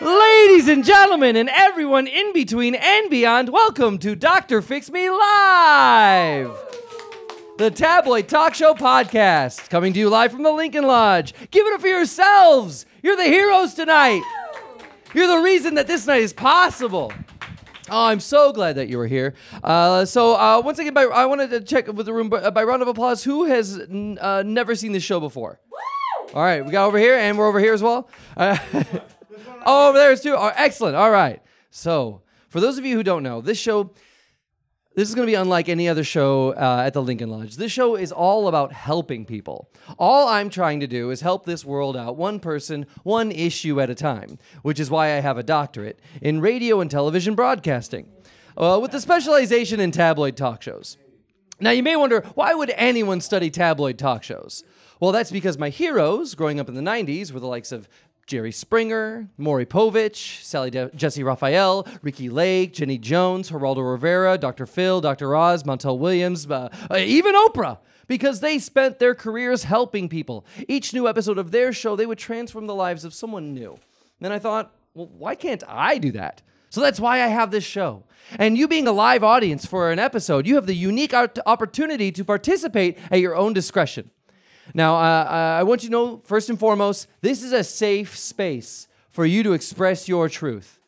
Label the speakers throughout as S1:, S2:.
S1: Ladies and gentlemen, and everyone in between and beyond, welcome to Dr. Fix Me Live, the tabloid talk show podcast, coming to you live from the Lincoln Lodge. Give it up for yourselves. You're the heroes tonight. You're the reason that this night is possible. Oh, I'm so glad that you were here. Uh, so, uh, once again, by, I wanted to check with the room uh, by, by round of applause who has n- uh, never seen this show before? All right, we got over here, and we're over here as well. Uh, oh, over there is too. Oh, excellent. All right. So, for those of you who don't know, this show, this is going to be unlike any other show uh, at the Lincoln Lodge. This show is all about helping people. All I'm trying to do is help this world out, one person, one issue at a time, which is why I have a doctorate in radio and television broadcasting, uh, with the specialization in tabloid talk shows. Now, you may wonder why would anyone study tabloid talk shows? Well, that's because my heroes growing up in the 90s were the likes of Jerry Springer, Maury Povich, Sally De- Jesse Raphael, Ricky Lake, Jenny Jones, Geraldo Rivera, Dr. Phil, Dr. Oz, Montel Williams, uh, uh, even Oprah, because they spent their careers helping people. Each new episode of their show, they would transform the lives of someone new. Then I thought, well, why can't I do that? So that's why I have this show. And you being a live audience for an episode, you have the unique art- opportunity to participate at your own discretion. Now, uh, I want you to know first and foremost, this is a safe space for you to express your truth.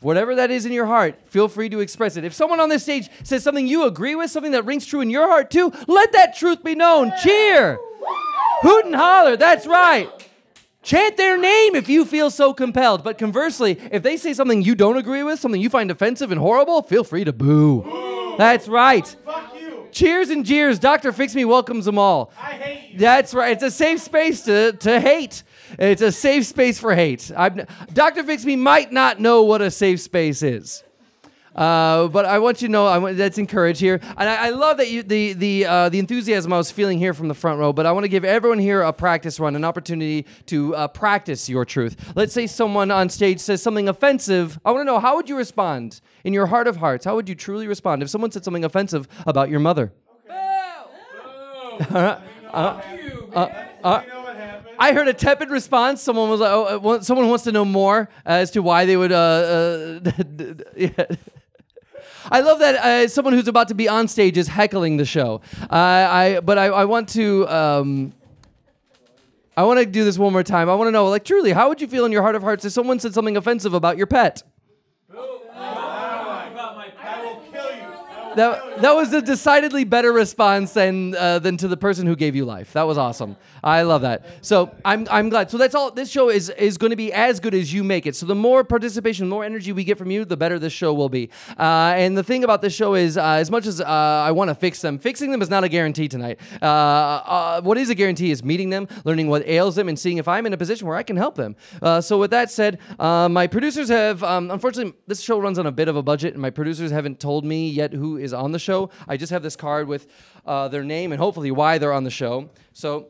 S1: Whatever that is in your heart, feel free to express it. If someone on this stage says something you agree with, something that rings true in your heart too, let that truth be known. Cheer, hoot and holler. That's right. Chant their name if you feel so compelled. But conversely, if they say something you don't agree with, something you find offensive and horrible, feel free to boo. That's right.
S2: Fuck you!
S1: Cheers and jeers. Dr. Fix Me welcomes them all.
S2: I hate you.
S1: That's right. It's a safe space to, to hate. It's a safe space for hate. I'm, Dr. Fix Me might not know what a safe space is. Uh, but I want you to know I want, that's encouraged here, and I, I love that you, the the uh, the enthusiasm I was feeling here from the front row. But I want to give everyone here a practice run, an opportunity to uh, practice your truth. Let's say someone on stage says something offensive. I want to know how would you respond in your heart of hearts? How would you truly respond if someone said something offensive about your mother? Uh,
S2: you know what happened?
S1: I heard a tepid response. Someone was like, oh, uh, wa- someone wants to know more as to why they would. Uh, uh, yeah. I love that uh, someone who's about to be on stage is heckling the show. Uh, I but I, I want to. Um, I want to do this one more time. I want to know, like, truly, how would you feel in your heart of hearts if someone said something offensive about your pet?
S2: I will kill you. I will-
S1: That, that was a decidedly better response than uh, than to the person who gave you life. That was awesome. I love that. So I'm I'm glad. So that's all. This show is is going to be as good as you make it. So the more participation, the more energy we get from you, the better this show will be. Uh, and the thing about this show is, uh, as much as uh, I want to fix them, fixing them is not a guarantee tonight. Uh, uh, what is a guarantee is meeting them, learning what ails them, and seeing if I'm in a position where I can help them. Uh, so with that said, uh, my producers have um, unfortunately this show runs on a bit of a budget, and my producers haven't told me yet who is on the show. I just have this card with uh, their name and hopefully why they're on the show. So.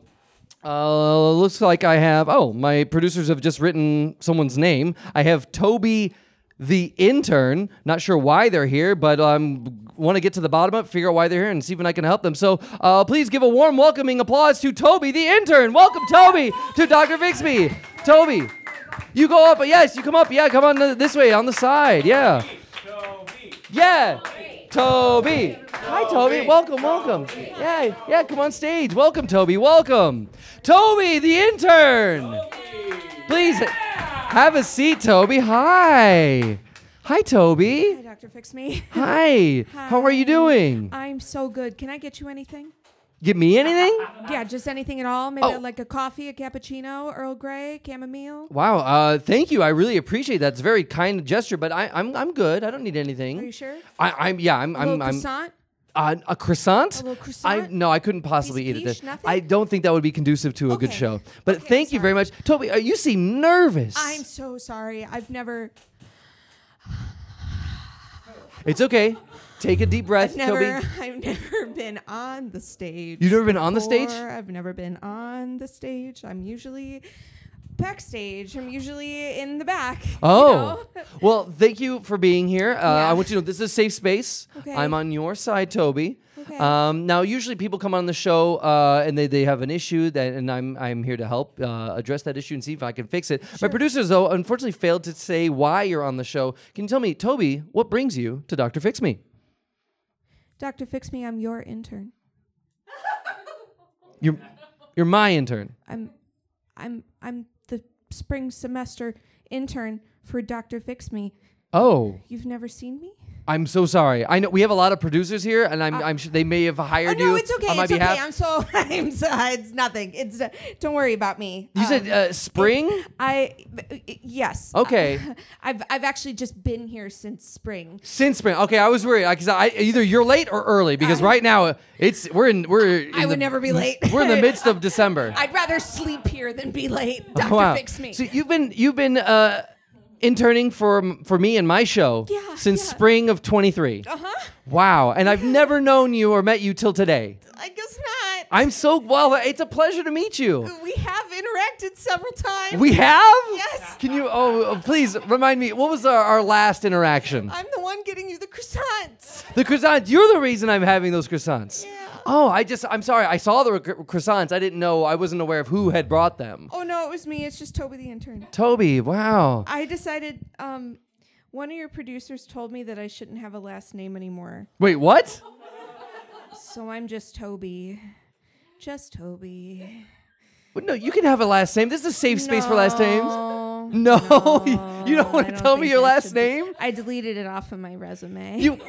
S1: Uh, looks like I have. Oh, my producers have just written someone's name. I have Toby, the intern. Not sure why they're here, but um, want to get to the bottom of it, figure out why they're here, and see if I can help them. So, uh, please give a warm welcoming applause to Toby, the intern. Welcome, Toby, to Doctor Fixby. Toby, you go up. Yes, you come up. Yeah, come on th- this way on the side. Yeah,
S2: Toby.
S1: yeah. Toby. Hi, Toby. Welcome, welcome. Yeah, yeah, come on stage. Welcome, Toby. Welcome. Toby, the intern. Please have a seat, Toby. Hi. Hi,
S3: Hi,
S1: Toby.
S3: Dr. Fix Me.
S1: Hi. How are you
S3: Hi.
S1: doing?
S3: I'm so good. Can I get you anything?
S1: Give me anything?
S3: Yeah, just anything at all. Maybe
S1: Oh.
S3: like a coffee, a cappuccino, Earl Grey, chamomile.
S1: Wow. Uh, thank you. I really appreciate that. It's a very kind gesture, but I, I'm, I'm good. I don't need anything.
S3: Are you sure?
S1: I, I'm yeah. I'm
S3: A little
S1: I'm, I'm
S3: croissant?
S1: Uh, a croissant?
S3: A little croissant?
S1: I, no, I couldn't possibly
S3: Piece of
S1: eat it.
S3: quiche?
S1: This-
S3: Nothing?
S1: I don't think that would be conducive to a good
S3: Okay.
S1: show. But
S3: Okay,
S1: thank you very
S3: sorry.
S1: much, Toby. Uh, you seem nervous.
S3: I'm so sorry. I've never,
S1: it's okay. Take a deep breath,
S3: I've never,
S1: Toby.
S3: I've never been on the stage.
S1: You've never been on the stage?
S3: before. I've never been on the stage. I'm usually backstage. I'm usually in the back. you
S1: Oh,
S3: know?
S1: well, thank you for being here. Uh,
S3: Yeah.
S1: I want you to know this is a safe space.
S3: Okay.
S1: I'm on your side, Toby.
S3: Okay.
S1: Um, now, usually people come on the show uh, and they, they have an issue, that, and I'm, I'm here to help uh, address that issue and see if I can fix it. My producers, though, unfortunately failed to say why you're on the show. Can you tell me, Toby, what brings you to Dr. Fix Me?
S3: Doctor Fix Me, I'm your intern.
S1: You're, you're my intern.
S3: I'm I'm I'm the spring semester intern for Doctor Fix Me.
S1: Oh,
S3: You've never seen me?
S1: I'm so sorry. I know we have a lot of producers here, and I'm, I'm sure they may have hired
S3: Uh, oh no,
S1: you
S3: it's okay.
S1: on my
S3: It's
S1: behalf.
S3: okay. I'm so I'm so it's nothing. It's uh, don't worry about me.
S1: you said
S3: Um,
S1: uh, spring.
S3: I b- yes.
S1: Okay.
S3: I've I've actually just been here since spring.
S1: Since spring. Okay, I was worried because I either you're late or early because right now it's we're in we're. In
S3: I would
S1: the-
S3: never be late.
S1: We're in the midst of December.
S3: I'd rather sleep here than be late.
S1: Oh,
S3: Doctor
S1: wow.
S3: Fix Me.
S1: So you've been you've been uh, interning for for me and my show
S3: Yeah,
S1: since
S3: yeah.
S1: spring of 23.
S3: uh huh.
S1: Wow, and I've never known you or met you till today.
S3: I guess not.
S1: I'm so well. It's a pleasure to meet you.
S3: we have interacted several times.
S1: We have.
S3: Yes.
S1: Can you? Oh, please remind me. What was our, our last interaction?
S3: I'm the one getting you the croissants.
S1: The croissants. You're the reason I'm having those croissants.
S3: Yeah.
S1: Oh, I just. I'm sorry. I saw the cro- croissants. I didn't know. I wasn't aware of who had brought them.
S3: Oh no, it was me. It's just Toby the intern.
S1: Toby. Wow.
S3: I decided. Um, one of your producers told me that I shouldn't have a last name anymore,
S1: Wait. What?
S3: so I'm just Toby. Just Toby.
S1: Wait, No. You can have a last name. This is a safe space for last names.
S3: No.
S1: No. you don't want
S3: Oh, I
S1: to tell me
S3: think
S1: your
S3: that
S1: last
S3: should be-
S1: name.
S3: I deleted it off of my resume.
S1: You.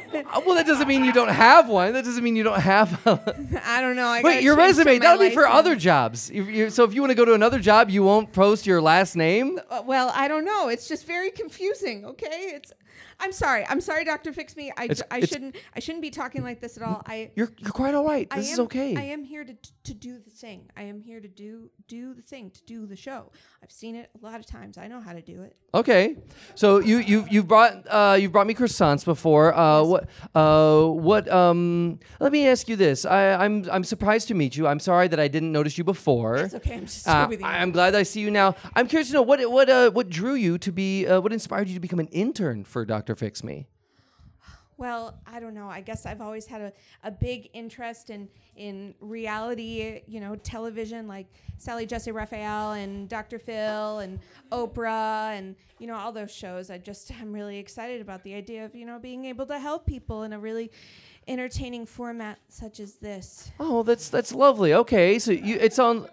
S1: Well, that doesn't mean you don't have one. That doesn't mean you don't have. A,
S3: I don't know. I
S1: wait.
S3: gotta
S1: Your
S3: change to
S1: resume.
S3: my
S1: That'll be for
S3: license.
S1: other jobs. If you- so if you want to go to another job, you won't post your last name.
S3: Uh, well, I don't know. It's just very confusing. Okay, it's. I'm sorry. I'm sorry, Doctor Fix Me. I,
S1: It's-
S3: I
S1: it's-
S3: shouldn't. I shouldn't be talking like this at all. I.
S1: You're you're quite all right. This
S3: I am,
S1: is okay.
S3: I am here to to do the thing. I am here to do do the thing, to do the show. I've seen it a lot of times. I know how to do it.
S1: Okay, so you you you brought uh, you brought me croissants before. Uh, What uh, what? Um, let me ask you this. I, I'm I'm surprised to meet you. I'm sorry that I didn't notice you before.
S3: It's okay. I'm just
S1: Uh,
S3: with you.
S1: I'm glad I see you now. I'm curious to know what what uh, what drew you to be uh, what inspired you to become an intern for Doctor Fix Me.
S3: well, I don't know. I guess I've always had a, a big interest in in reality, you know, television like Sally Jesse Raphael and Dr. Phil and Oprah and you know all those shows. I just I'm really excited about the idea of you know being able to help people in a really entertaining format such as this.
S1: Oh, that's that's lovely. Okay, so you it sounds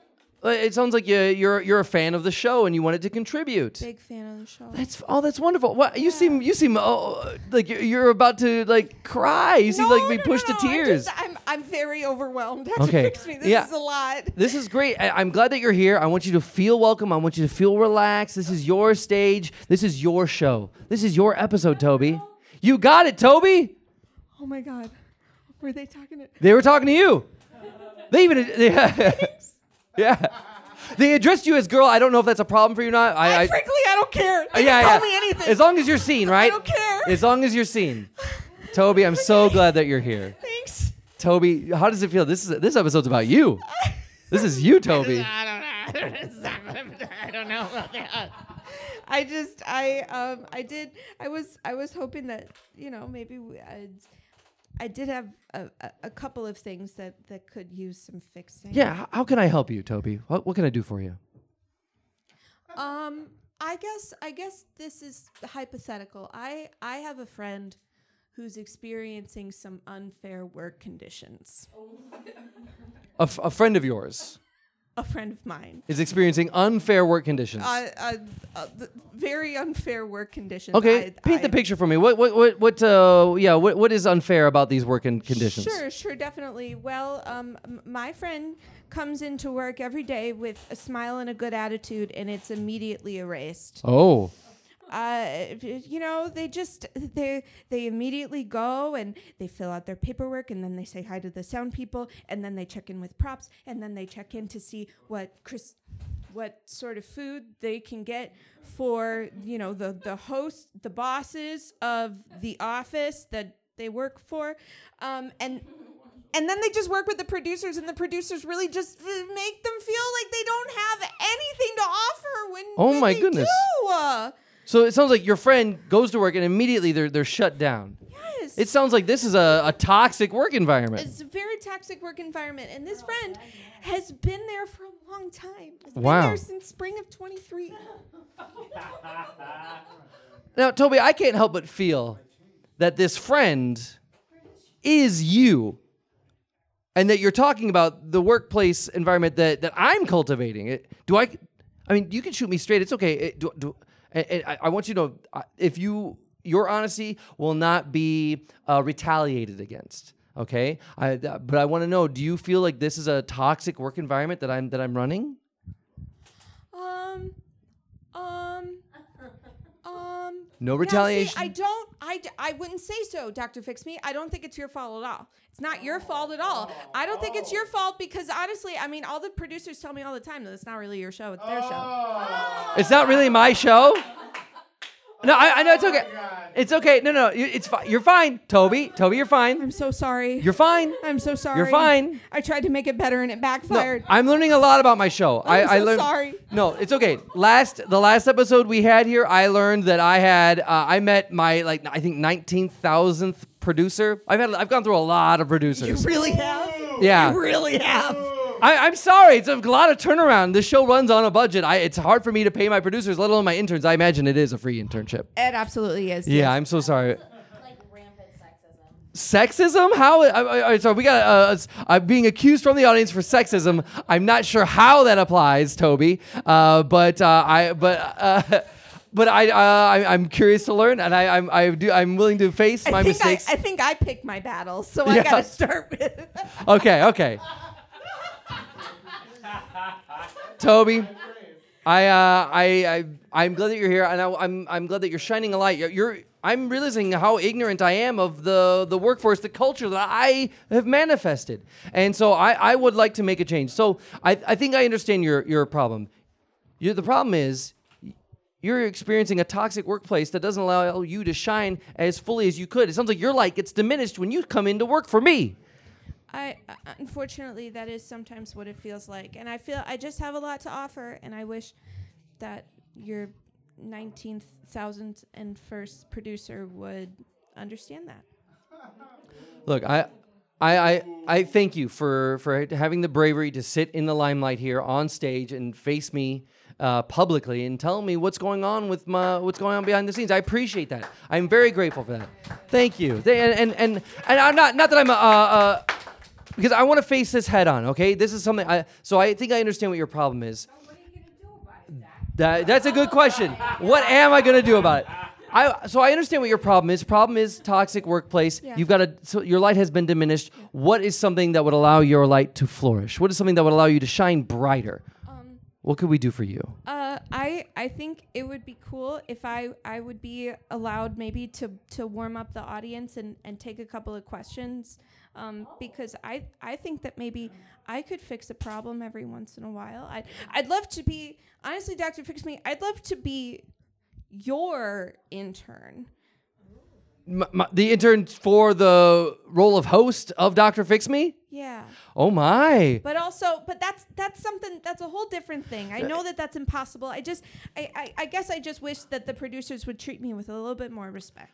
S1: uh, it sounds like you, you're you're a fan of the show and you wanted to contribute.
S3: Big fan of the show.
S1: That's oh, that's wonderful. What you seem you seem oh, like you're- you're about to like cry. You seem like be pushed to
S3: I'm
S1: tears.
S3: just- I'm, I'm very overwhelmed. Dr.
S1: Okay.
S3: Fix me. This
S1: Yeah.
S3: is a lot.
S1: this is great. I, I'm glad that you're here. I want you to feel welcome. I want you to feel relaxed. This is your stage. This is your show. This is your episode, Toby. You got it, Toby.
S3: Oh my God. Were they talking to
S1: They were talking to you. They even they, yeah. They addressed you as girl. I don't know if that's a problem for you or not.
S3: I, frankly, I don't care. They
S1: yeah,
S3: can
S1: yeah.
S3: call me anything.
S1: As long as you're seen, right?
S3: don't care.
S1: As long as you're seen. Toby, I'm so glad that you're here.
S3: Thanks.
S1: Toby, how does it feel? This is this episode's about you. This is you, Toby.
S3: I don't know. I don't know. I just, I, um, I did, I was, I was hoping that, you know, maybe we- I'd, I did have a, a, a couple of things that, that could use some fixing.
S1: Yeah, h- how can I help you, Toby? What, what can I do for you?
S3: Um, I guess I guess this is hypothetical. I I have a friend who's experiencing some unfair work conditions.
S1: A, f- a friend of yours
S3: A friend of mine.
S1: is experiencing unfair work conditions.
S3: Uh, uh, uh, th- very unfair work conditions.
S1: okay,
S3: I-
S1: paint
S3: I-
S1: the picture for me. What what what what? Uh, yeah, what what is unfair about these working conditions?
S3: Sure, sure, definitely. Well, um, m- my friend comes into work every day with a smile and a good attitude, and it's immediately erased.
S1: Oh,
S3: uh, if- if- you know, they just they they immediately go and they fill out their paperwork and then they say hi to the sound people and then they check in with props and then they check in to see what Chris what sort of food they can get for you know the the host the bosses of the office that they work for um, and and then they just work with the producers and the producers really just f- make them feel like they don't have anything to offer when
S1: Oh
S3: that
S1: my
S3: they
S1: goodness.
S3: do. Uh,
S1: So it sounds like your friend goes to work and immediately they're they're shut down.
S3: yes.
S1: It sounds like this is a, a toxic work environment.
S3: It's a very toxic work environment, and this friend has been there for a long time. Has
S1: Wow.
S3: Been there since spring of 23.
S1: Now, Toby, I can't help but feel that this friend is you. And that you're talking about the workplace environment that, that I'm cultivating. It, do I? I mean, you can shoot me straight. It's okay. It- do, do, and, and I, I want you to know uh, if you your honesty will not be uh, retaliated against. Okay. I, th- but I want to know: Do you feel like this is a toxic work environment that I'm that I'm running?
S3: Um, um, um.
S1: No
S3: Now, see,
S1: retaliation.
S3: I don't. I, d- I wouldn't say so, Doctor Fix Me. I don't think it's your fault at all. It's not your fault at all. I don't think it's your fault because honestly, I mean, all the producers tell me all the time that it's not really your show. It's their show.
S2: Oh,
S1: It's not really my show. No, I, I know
S3: Oh
S1: it's okay.
S2: God.
S1: It's okay. No, no, you- it's fine. You're fine, Toby. Toby, you're fine.
S3: I'm so sorry.
S1: You're fine.
S3: I'm so sorry.
S1: fine.
S3: I tried to make it better and it
S1: No,
S3: backfired.
S1: I'm learning a lot about my show.
S3: I'm
S1: I, I
S3: so
S1: learned.
S3: sorry.
S1: No, it's okay. Last the last episode we had here, I learned that I had uh, I met my like I think nineteen thousandth producer. I've had I've gone through a lot of
S4: You
S1: producers.
S4: really have?
S1: yeah.
S4: You really have?
S1: I, I'm sorry. It's a lot of turnaround. This show runs on a budget. I, it's hard for me to pay my producers, let alone my interns. I imagine it is a free internship.
S3: It absolutely is.
S1: Yeah, I'm so sorry.
S5: like rampant sexism.
S1: sexism? How? I, I, I, sorry, we got. Uh, s- I'm being accused from the audience for sexism. I'm not sure how that applies, Toby. Uh, but uh, I. But. Uh, But I, uh, I, I'm curious to learn, and I, I'm, I do, I'm willing to face my
S3: I think I,
S1: mistakes.
S3: I think I picked my battles, so
S1: Yeah.
S3: I gotta start with.
S1: okay, okay. Toby, I, uh, I, I, I'm glad that you're here, and I, I'm, I'm glad that you're shining a light. You're, you're, I'm realizing how ignorant I am of the, the workforce, the culture that I have manifested, and so I, I would like to make a change. So I, I think I understand your, your problem. You, the problem is you're experiencing a toxic workplace that doesn't allow you to shine as fully as you could. It sounds like your light gets diminished when you come in to work for me.
S3: I uh, unfortunately that is sometimes what it feels like, and I feel I just have a lot to offer, and I wish that your nineteenth, thousandth, and first producer would understand that.
S1: Look, I, I, I, I thank you for for having the bravery to sit in the limelight here on stage and face me uh, publicly and tell me what's going on with my what's going on behind the scenes. I appreciate that. I'm very grateful for that. Thank you. Th- And and and, and I'm not not that I'm a. a, a because I want to face this head on, okay? This is something I so I think I understand what your problem is. That, that's a good question. What am I going to do about it? I, so I understand what your problem is. Problem is toxic workplace.
S3: Yeah.
S1: You've got a so your light has been diminished. What is something that would allow your light to flourish? What is something that would allow you to shine brighter? what could we do for you?
S3: Uh, I I think it would be cool if I I would be allowed maybe to to warm up the audience and and take a couple of questions, um, because I I think that maybe I could fix a problem every once in a while. I I'd love to be honestly, Doctor Fix Me. I'd love to be your intern.
S1: M- my- the intern for the role of host of Doctor Fix Me.
S3: Yeah,
S1: Oh my!
S3: but also, but that's that's something that's a whole different thing. I know that that's impossible. I just, I, I, I guess I just wish that the producers would treat me with a little bit more respect.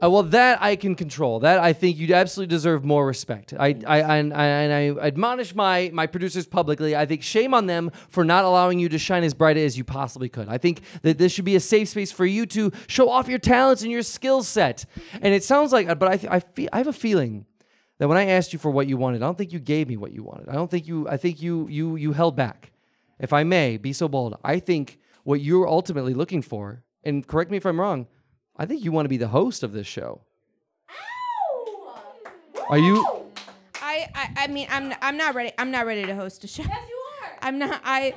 S1: Uh, well, that I can control. That I think you absolutely deserve more respect. I, I, I, and I, and I admonish my, my producers publicly. I think shame on them for not allowing you to shine as bright as you possibly could. I think that this should be a safe space for you to show off your talents and your skill set. And it sounds like, but I, th- I, feel, I have a feeling that when I asked you for what you wanted, I don't think you gave me what you wanted. I don't think you, I think you, you, you held back. If I may be so bold, I think what you're ultimately looking for, and correct me if I'm wrong, I think you want to be the host of this show. Are you?
S3: I, I, I mean, I'm, I'm not ready. I'm not ready to host a show.
S5: Yes, you are.
S3: I'm not. I.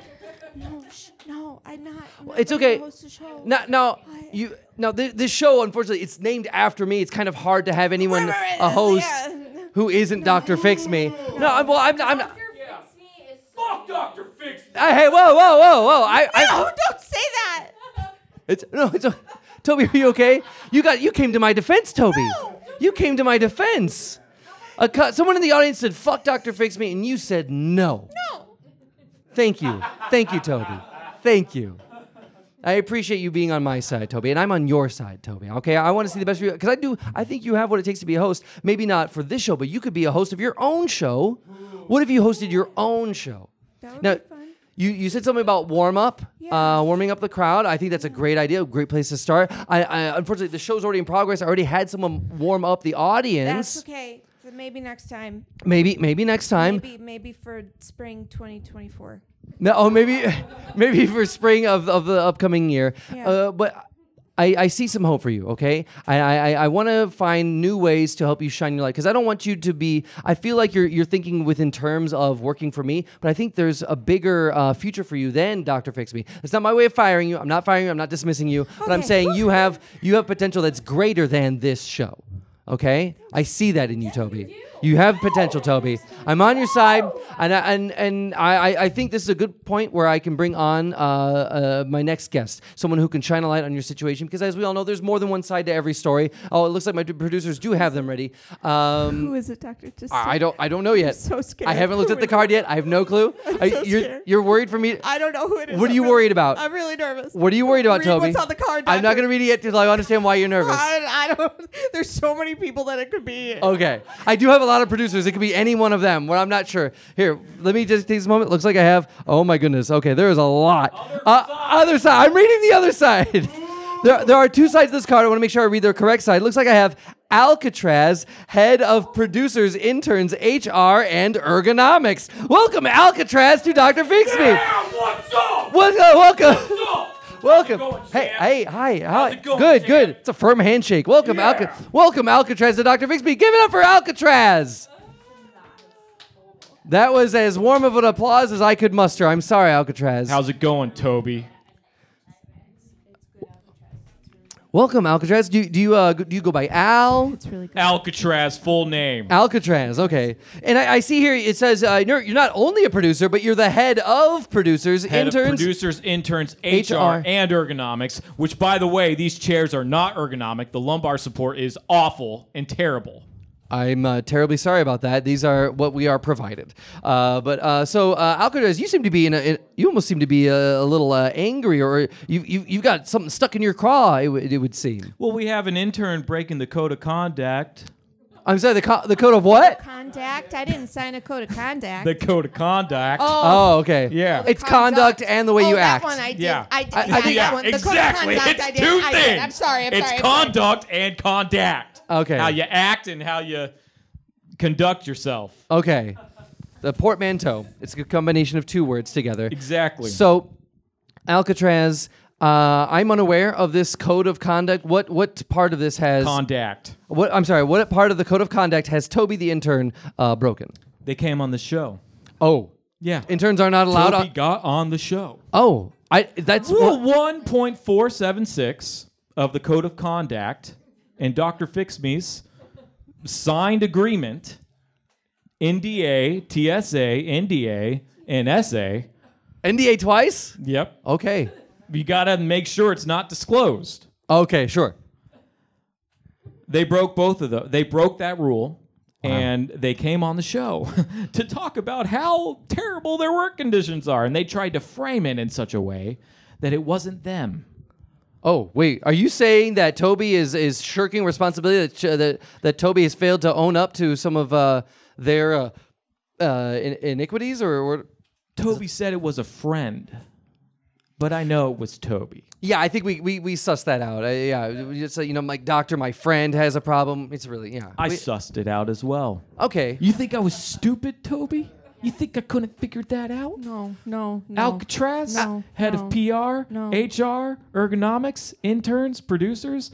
S3: No, sh- no, I'm not. I'm not
S1: It's
S3: ready to
S1: okay.
S3: Host a show.
S1: Now, now
S3: I-
S1: you now thi- this show, unfortunately, it's named after me. It's kind of hard to have anyone
S3: Whatever it
S1: a
S3: is,
S1: host
S3: yeah.
S1: who isn't Doctor Fix Me. No, I'm, well, I'm, I'm not.
S5: Doctor Fix Me is
S2: Fuck Dr. Fix.
S1: I- hey, whoa, whoa, whoa, whoa! I,
S3: No,
S1: I,
S3: don't say that.
S1: it's no, it's. o- Toby, are you okay? You got, you came to my defense, Toby. You came to my defense. A cu- someone in the audience said, "Fuck Doctor Fix Me," and you said no.
S3: No.
S1: Thank you. Thank you, Toby. Thank you. I appreciate you being on my side, Toby, and I'm on your side, Toby. Okay, I want to see the best for you because I do. I think you have what it takes to be a host. Maybe not for this show, but you could be a host of your own show. What if you hosted your own show?
S3: That would
S1: Now,
S3: be fun.
S1: you, you said something about warm up,
S3: Yeah.
S1: uh, warming up the crowd. I think that's a great idea, a great place to start. I, I unfortunately the show's already in progress. I already had someone warm up the audience.
S3: That's okay. So maybe next time.
S1: Maybe maybe next time.
S3: maybe maybe for spring 2024.
S1: No, oh, maybe, maybe for spring of, of the upcoming year.
S3: Yeah.
S1: Uh, but I, I see some hope for you. Okay, I I, I want to find new ways to help you shine your light because I don't want you to be. I feel like you're you're thinking within terms of working for me, but I think there's a bigger uh, future for you than Doctor Fix Me. It's not my way of firing you. I'm not firing you. I'm not dismissing you. But I'm
S3: Okay.
S1: saying you have you have potential that's greater than this show. Okay, I see that in you, Toby. You have potential, Toby. I'm on your side, and I, and and I, I- I think this is a good point where I can bring on uh, uh, my next guest, someone who can shine a light on your situation. Because as we all know, there's more than one side to every story. Oh, it looks like my d- producers do have them ready. Um,
S3: Who is it, Doctor? Just
S1: I I don't I don't know yet.
S3: so scared.
S1: I haven't looked
S3: Who
S1: at the
S3: is
S1: card yet. I have no clue. I-
S3: so
S1: you're
S3: scared.
S1: you're worried for me.
S3: I don't know who it is.
S1: What are
S3: I'm
S1: you
S3: really-
S1: worried about?
S3: I'm really nervous.
S1: What are you worried about,
S3: Read
S1: Toby?
S3: What's on the card?
S1: I'm not
S3: Doctor.
S1: gonna read it yet until I understand why you're nervous.
S3: I, I don't. There's so many people that it could be.
S1: Okay. I do have a lot of producers. It could be any one of them. Well, I'm not sure. Here, let me just take this moment. Looks like I have. Oh my goodness. Okay, there is a lot. Other, uh, side. other side. I'm reading the other side. There, there are two sides to this card. I want to make sure I read their correct side. Looks like I have Alcatraz, head of producers, interns, HR, and ergonomics. Welcome, Alcatraz, to Dr. Fixme.
S2: Yeah, what's up?
S1: Wel- uh, welcome.
S2: What's up?
S1: Welcome.
S2: How's it going,
S1: hey,
S2: champ?
S1: hey, hi, hi.
S2: How's it going,
S1: good,
S2: champ?
S1: good. It's a firm handshake. Welcome,
S2: Yeah.
S1: Alca- Welcome, Alcatraz, to Dr. Fixby. Give it up for Alcatraz. That was as warm of an applause as I could muster. I'm sorry, Alcatraz.
S6: How's it going, Toby?
S1: Welcome, Alcatraz. Do, do you uh, g- do you go by Al?
S3: It's really good.
S6: Alcatraz, full name.
S1: Alcatraz. Okay. And I, I see here it says uh, you're, you're not only a producer, but you're the head of producers,
S6: Head
S1: interns.
S6: of producers, interns,
S1: HR.
S6: HR, and ergonomics. Which, by the way, these chairs are not ergonomic. The lumbar support is awful and terrible.
S1: I'm uh, terribly sorry about that. These are what we are provided. Uh, but uh, so uh, Alcatraz, you seem to be in a, in- you almost seem to be a, a little uh, angry, or you, you you've got something stuck in your craw. It, would- it would seem.
S6: Well, we have an intern breaking the code of conduct.
S1: I'm sorry. The co- the code of what?
S3: Contact. I didn't sign a code of contact.
S6: The code of conduct.
S1: Oh, okay.
S6: Yeah.
S1: It's conduct and the way
S3: oh,
S1: you
S3: that
S1: act.
S3: One I did.
S6: Yeah.
S3: I did.
S1: I- I
S3: yeah,
S1: think-
S6: yeah,
S3: that one. The code of
S6: exactly.
S3: conduct,
S6: it's
S3: I did.
S6: two
S3: I
S6: things.
S3: did. I'm sorry. I'm
S6: it's
S3: sorry. I'm sorry.
S6: conduct and conduct.
S1: Okay.
S6: How you act and how you conduct yourself.
S1: okay. The portmanteau. It's a combination of two words together.
S6: Exactly.
S1: So, Alcatraz. Uh, I'm unaware of this code of conduct. What what part of this has
S6: conduct.
S1: What I'm sorry. What part of the code of conduct has Toby the intern uh, broken?
S6: They came on the show.
S1: Oh,
S6: Yeah.
S1: interns are not allowed.
S6: Toby
S1: On,
S6: got on the show.
S1: oh, I that's
S6: Rule
S1: what,
S6: 1.476 of the Code of Conduct and Dr. Fixme's signed agreement, NDA, TSA, NDA, and SA.
S1: NDA twice.
S6: Yep.
S1: Okay,
S6: You got to make sure it's not disclosed.
S1: okay, sure.
S6: They broke both of those. They broke that rule. And they came on the show to talk about how terrible their work conditions are. And they tried to frame it in such a way that it wasn't them.
S1: Oh wait, are you saying that Toby is is shirking responsibility that sh- that, that Toby has failed to own up to some of uh, their uh, uh, in- iniquities or, or?
S6: Toby said it was a friend, but I know it was Toby.
S1: Yeah, I think we we we sussed that out. Uh, yeah, we just uh, you know, my doctor, my friend has a problem. It's really yeah.
S6: I
S1: We-
S6: sussed it out as well.
S1: okay.
S6: You think I was stupid, Toby? You think I couldn't figure that out?
S3: No, no, no.
S6: Alcatraz,
S3: No,
S6: head
S3: no,
S6: of PR,
S3: no.
S6: HR, ergonomics, interns, producers.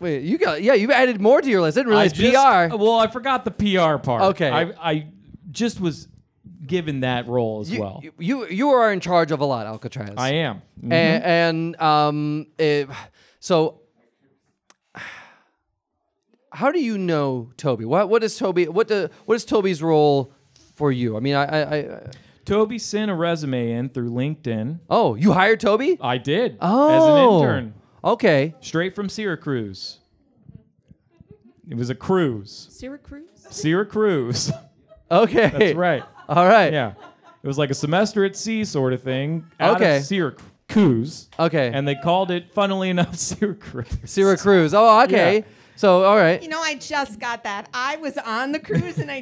S1: Wait, you got yeah. You added more to your list. I didn't realize PR.
S6: Well, I forgot the PR part.
S1: Okay.
S6: I, I just was given that role as
S1: you,
S6: well.
S1: you- You you are in charge of a lot, Alcatraz.
S6: I am. Mm-hmm.
S1: A- And, um, eh, so how do you know Toby? What what is Toby? What the what is Toby's role for you? I mean, I, I, I
S6: Toby sent a resume in through LinkedIn.
S1: oh, you hired Toby?
S6: I did.
S1: Oh,
S6: As an intern.
S1: Okay.
S6: straight from Syracuse. It was a cruise.
S3: Syracuse.
S6: Syracuse.
S1: Okay.
S6: That's right.
S1: All right.
S6: Yeah. It was like a semester at sea sort of thing. Out
S1: Okay.
S6: Of Syracuse. Cruz,
S1: Okay.
S6: and they called it, funnily enough, Syracuse.
S1: Syracuse. Oh, okay.
S6: Yeah.
S1: So, all right.
S3: You know, I just got that. I was on the cruise and I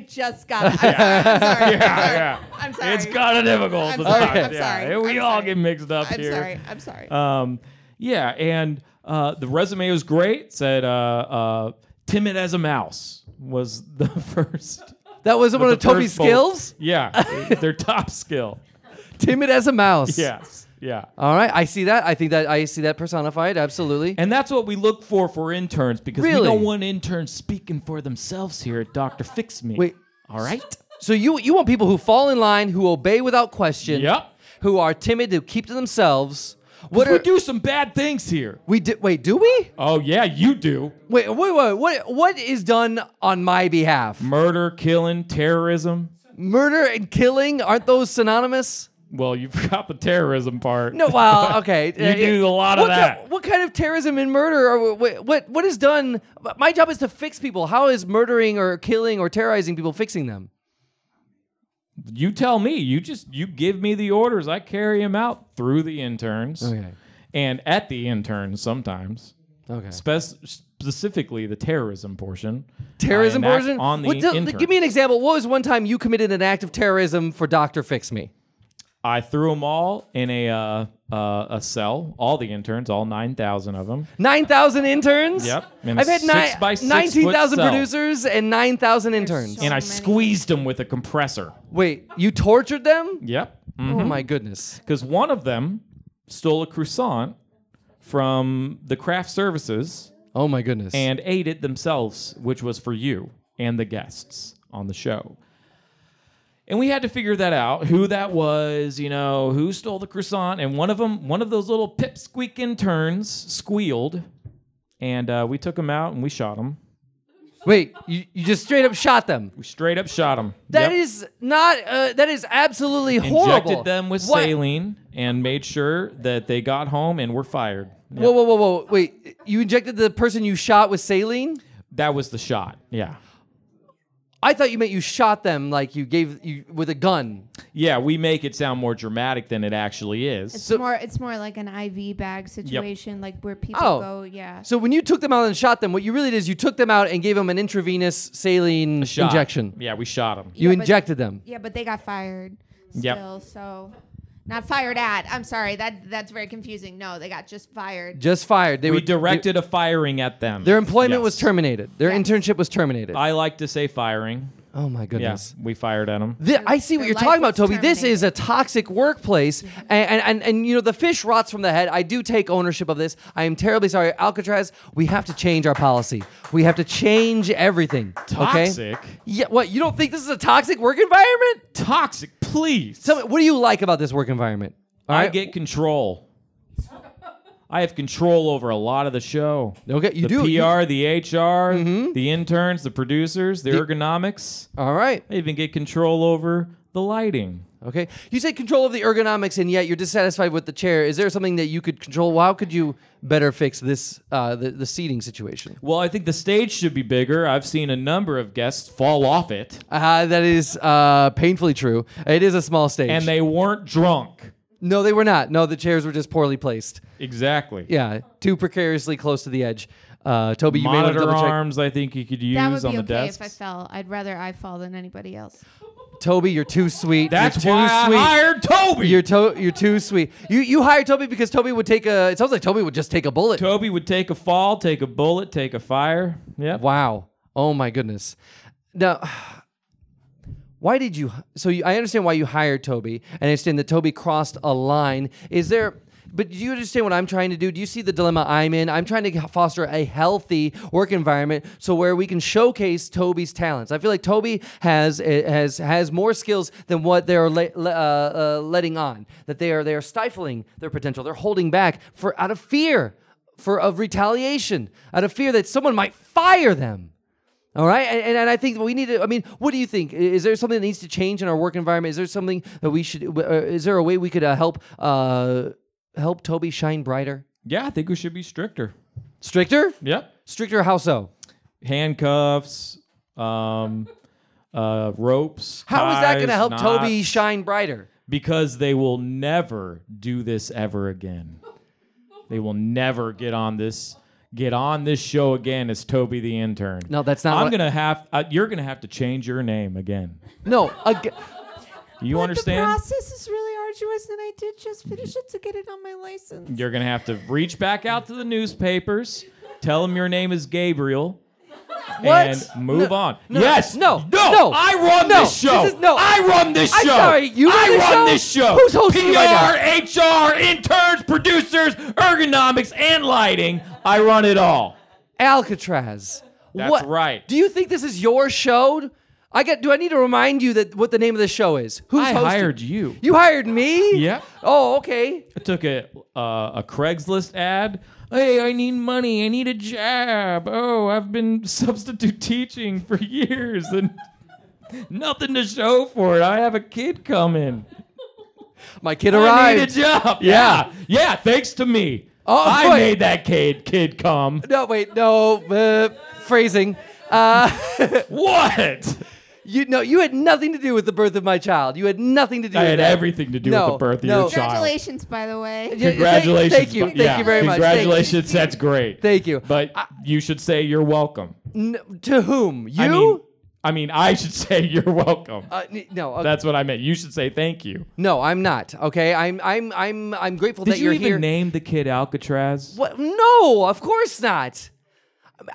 S3: just got it. I'm sorry.
S6: Yeah,
S3: I'm sorry.
S6: It's kind of difficult.
S3: I'm
S6: to
S3: sorry,
S6: talk-
S3: I'm
S6: yeah,
S3: sorry,
S6: We
S3: I'm
S6: all
S3: sorry.
S6: get mixed up
S3: I'm
S6: here.
S3: sorry. I'm sorry.
S1: Uh,
S6: Um, yeah, and uh, the resume was great. Said uh, uh, timid as a mouse was the first.
S1: That was one
S6: the
S1: of Toby's
S6: first bullet.
S1: skills.
S6: Yeah, their top skill.
S1: Timid as a mouse.
S6: Yes, yeah.
S1: All right. I see that. I think that I see that personified. Absolutely.
S6: And that's what we look for for interns because we
S1: Really?
S6: don't want interns speaking for themselves here at Doctor Fix Me.
S1: Wait.
S6: all right.
S1: So you you want people who fall in line, who obey without question,
S6: Yep.
S1: who are timid to keep to themselves. What
S6: we
S1: are,
S6: do some bad things here.
S1: we do? Wait, do we?
S6: Oh yeah, you do.
S1: Wait, wait, wait. What what is done on my behalf?
S6: Murder, killing, terrorism.
S1: Murder and killing aren't those synonymous?
S6: Well, you forgot the terrorism part.
S1: No, well, okay.
S6: You do a lot of
S1: What ki-
S6: that.
S1: what kind of terrorism and murder are what, what what is done? My job is to fix people. How is murdering or killing or terrorizing people fixing them?
S6: you tell me. You just you give me the orders. I carry them out through the interns and at the interns sometimes.
S1: Okay.
S6: Spec- specifically the terrorism portion.
S1: Terrorism
S6: I enact
S1: version?
S6: on the
S1: What do-
S6: intern.
S1: Give me an example. What was one time you committed an act of terrorism for Doctor Fix Me?
S6: I threw them all in a uh, uh, a cell. All the interns, all nine thousand of them.
S1: Nine thousand interns.
S6: Yep. In a
S1: I've had
S6: six
S1: nine,
S6: by six
S1: nineteen thousand
S6: foot cell.
S1: producers Oh, and nine thousand interns.
S3: so-
S6: and I
S3: many.
S6: squeezed them with a compressor.
S1: Wait, you tortured them?
S6: Yep.
S1: Oh my goodness.
S6: Because one of them stole a croissant from the craft services
S1: Oh my goodness.
S6: and ate it themselves, which was for you and the guests on the show. And we had to figure that out, who that was, you know, who stole the croissant. And one of them, one of those little pipsqueak interns squealed. And uh, we took him out and we shot him.
S1: Wait, you, you just straight up shot them.
S6: We straight up shot him.
S1: That
S6: Yep.
S1: is not. Uh, that is absolutely horrible.
S6: Injected them with
S1: What-
S6: saline and made sure that they got home and were fired. Yep.
S1: Whoa, whoa, whoa, whoa! Wait, you injected the person you shot with saline?
S6: That was the shot. Yeah.
S1: I thought you meant you shot them like you gave you with a gun.
S6: Yeah, we make it sound more dramatic than it actually
S7: It's
S6: is.
S7: more it's more like an IV bag situation, like where people
S1: Oh.
S7: go, yeah.
S1: So when you took them out and shot them, what you really did is you took them out and gave them an intravenous saline
S6: A shot.
S1: injection.
S6: Yeah, we shot him.
S1: You
S7: Yeah, but-
S1: injected them.
S7: Yeah, but they got fired
S6: Yep.
S7: still, so not fired at. I'm sorry, that that's very confusing. No, they got just fired.
S1: Just fired. They
S6: We
S1: were
S6: directed a firing at them.
S1: Their employment
S6: Yes.
S1: was terminated. Their
S7: Yeah.
S1: internship was terminated.
S6: I like to say firing.
S1: oh my goodness.
S6: Yes, we fired at him.
S1: Thi- I see what
S7: their
S1: you're
S7: life
S1: talking about,
S7: was Mm-hmm.
S1: Toby. This is a toxic workplace, and, and and and you know the fish rots from the head. I do take ownership of this. I am terribly sorry, Alcatraz. We have to change our policy. We have to change everything. Okay.
S6: Toxic.
S1: Yeah. What? You don't think this is a toxic work environment?
S6: Toxic, please.
S1: Tell me, what do you like about this work environment? All
S6: I get control. I have control over a lot of the show.
S1: Okay, you
S6: the
S1: do.
S6: PR,
S1: you- Mm-hmm.
S6: the HR, the interns, the producers, the, ergonomics.
S1: all right.
S6: I even get control over the lighting.
S1: Okay. You say control of the ergonomics, and yet you're dissatisfied with the chair. Is there something that you could control? How could you better fix this uh, the the seating situation?
S6: Well, I think the stage should be bigger. I've seen a number of guests fall off it.
S1: Uh, that is uh, painfully true. It is a small stage.
S6: and they weren't drunk.
S1: no, they were not. No, the chairs were just poorly placed.
S6: Exactly.
S1: Yeah, too precariously close to the edge. Uh, Toby, you may want
S6: Monitor
S1: to double check.
S6: arms, I think you could use
S7: That would be
S6: on
S7: okay
S6: the desks.
S7: if I fell. I'd rather I fall than anybody else.
S1: Toby, you're too sweet.
S6: That's
S1: you're too
S6: why
S1: sweet.
S6: I hired Toby.
S1: you're to- you're too sweet. You you hired Toby because Toby would take a. It sounds like Toby would just take a bullet.
S6: Toby would take a fall, take a bullet, take a fire. Yep.
S1: Wow. Oh my goodness. Now, why did you? So you, I understand why you hired Toby. and I understand that Toby crossed a line. Is there? But do you understand what I'm trying to do? Do you see the dilemma I'm in? I'm trying to foster a healthy work environment so where we can showcase Toby's talents. I feel like Toby has eh, has has more skills than what they're le- le- uh, uh, letting on. That they are they are stifling their potential. They're holding back for out of fear for of retaliation out of fear that someone might fire them. All right, and, and, and I think we need to. I mean, what do you think? I- Is there something that needs to change in our work environment? Is there something that we should? w- Uh, is there a way we could uh, help uh, help Toby shine brighter,
S6: Yeah, I think we should be stricter.
S1: stricter,
S6: Yep.
S1: stricter? How so?
S6: Handcuffs, um, uh, ropes.
S1: How is that going to
S6: ties,
S1: help Toby
S6: knots.
S1: shine brighter?
S6: because they will never do this ever again. They will never get on this get on this show again as Toby the intern.
S1: No, that's not
S6: I'm
S1: what-
S6: gonna have. Uh, you're gonna have to change your name again.
S1: No, ag-
S6: You
S7: The
S6: understand?
S7: process is really arduous, and I did just finish it to get it on my license.
S6: You're gonna have to reach back out to the newspapers, tell them your name is Gabriel,
S1: What?
S6: and move
S1: No,
S6: on.
S1: no,
S6: yes,
S1: no,
S6: no,
S1: no,
S6: I run
S1: no,
S6: this show.
S1: this is- no.
S6: I run this
S1: I'm
S6: show.
S1: sorry, you run
S6: I
S1: this
S6: run
S1: show?
S6: this show.
S1: Who's hosting it right now?
S6: PR, HR, interns, producers, ergonomics, and lighting. I run it all.
S1: Alcatraz.
S6: That's
S1: What-
S6: right.
S1: Do you think this is your show? I get. Do I need to remind you that what the name of the show is? Who's
S6: I
S1: hosting?
S6: hired you.
S1: You hired me?
S6: Yeah.
S1: Oh, okay.
S6: I took a uh, a Craigslist ad. Hey, I need money. I need a job. Oh, I've been substitute teaching for years and nothing to show for it. I have a kid coming.
S1: My kid
S6: I
S1: arrived.
S6: need a job. Yeah. yeah, thanks to me.
S1: Oh,
S6: I
S1: right.
S6: made that kid kid come.
S1: No, wait, no. Uh, phrasing. Uh,
S6: What?
S1: you no, you had nothing to do with the birth of my child. You had nothing to do.
S6: I
S1: with
S6: had
S1: that.
S6: everything to do
S1: No,
S6: with the birth of
S1: no.
S6: your child.
S7: Congratulations, by the way.
S1: Yeah,
S6: Congratulations.
S1: Thank, thank you.
S6: bu-
S1: Thank
S6: yeah,
S1: you very much. Thank you.
S6: Congratulations. That's great.
S1: Thank you.
S6: But you should say you're welcome.
S1: N- to whom? You?
S6: I mean, I mean, I should say you're welcome.
S1: uh, n- no. uh,
S6: That's what I meant. You should say thank you.
S1: no, I'm not. Okay. I'm I'm I'm I'm grateful that
S6: Did you
S1: are
S6: even
S1: here.
S6: name the kid Alcatraz?
S1: What? No, of course not.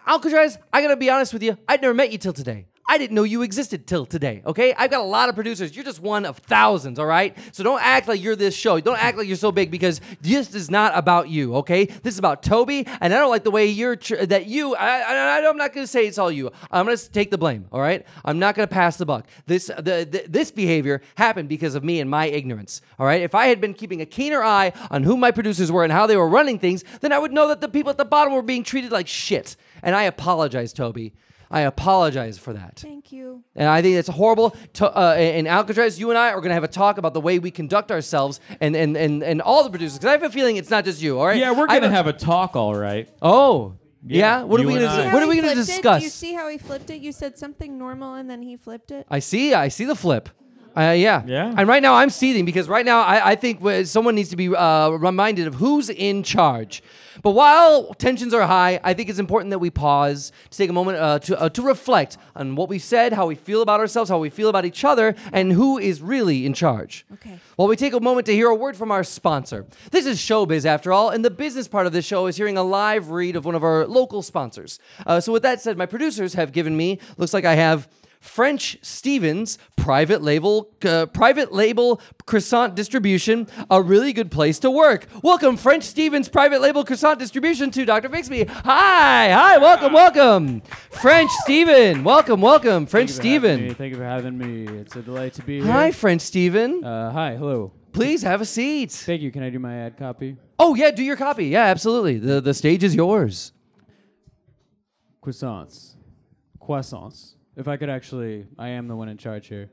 S1: Alcatraz, I gotta be honest with you. I'd never met you till today. I didn't know you existed till today, okay? I've got a lot of producers. You're just one of thousands, all right? So don't act like you're this show. Don't act like you're so big because this is not about you, okay? This is about Toby, and I don't like the way you're, tr- that you, I, I, I- I'm not gonna say it's all you. I'm gonna s- take the blame, all right? I'm not gonna pass the buck. This, the, the, this behavior happened because of me and my ignorance, all right? If I had been keeping a keener eye on who my producers were and how they were running things, then I would know that the people at the bottom were being treated like shit. And I apologize, Toby. I apologize for that.
S3: Thank you.
S1: And I think that's horrible. To, uh, and Alcatraz, you and I are going to have a talk about the way we conduct ourselves and, and, and, and all the producers. Because I have a feeling it's not just you, all right?
S6: Yeah, we're
S1: I
S6: gonna have a talk, all right.
S1: Oh. Yeah.
S6: Yeah,
S1: What are
S6: you
S1: we
S6: and
S1: gonna
S6: I.
S1: do-
S6: See
S1: What are we
S3: going
S1: gonna
S3: to
S1: discuss?
S3: Do you see how he flipped it? You said something normal and then he flipped it.
S1: I see. I see the flip. Uh, yeah.
S6: Yeah.
S1: And right now I'm seething because right now I, I think wh- someone needs to be uh, reminded of who's in charge. But while tensions are high, I think it's important that we pause to take a moment uh, to, uh, to reflect on what we said, how we feel about ourselves, how we feel about each other, and who is really in charge.
S3: Okay.
S1: While we take a moment to hear a word from our sponsor. This is Showbiz, after all, and the business part of this show is hearing a live read of one of our local sponsors. Uh, so, with that said, my producers have given me, looks like I have. French Stevens private label uh, private label croissant distribution a really good place to work. Welcome French Stevens private label croissant distribution to Dr. Fixby. Hi, hi, welcome, welcome. French Steven, welcome, welcome. French Steven.
S8: Thank you for having me. It's a delight to be here.
S1: Hi French Steven.
S8: Uh, hi. Hello.
S1: Please have a seat.
S8: Thank you. Can I do my ad copy?
S1: Oh yeah, do your copy. Yeah, absolutely. The the stage is yours.
S8: Croissants. Croissants. If I could actually, I am the one in charge here.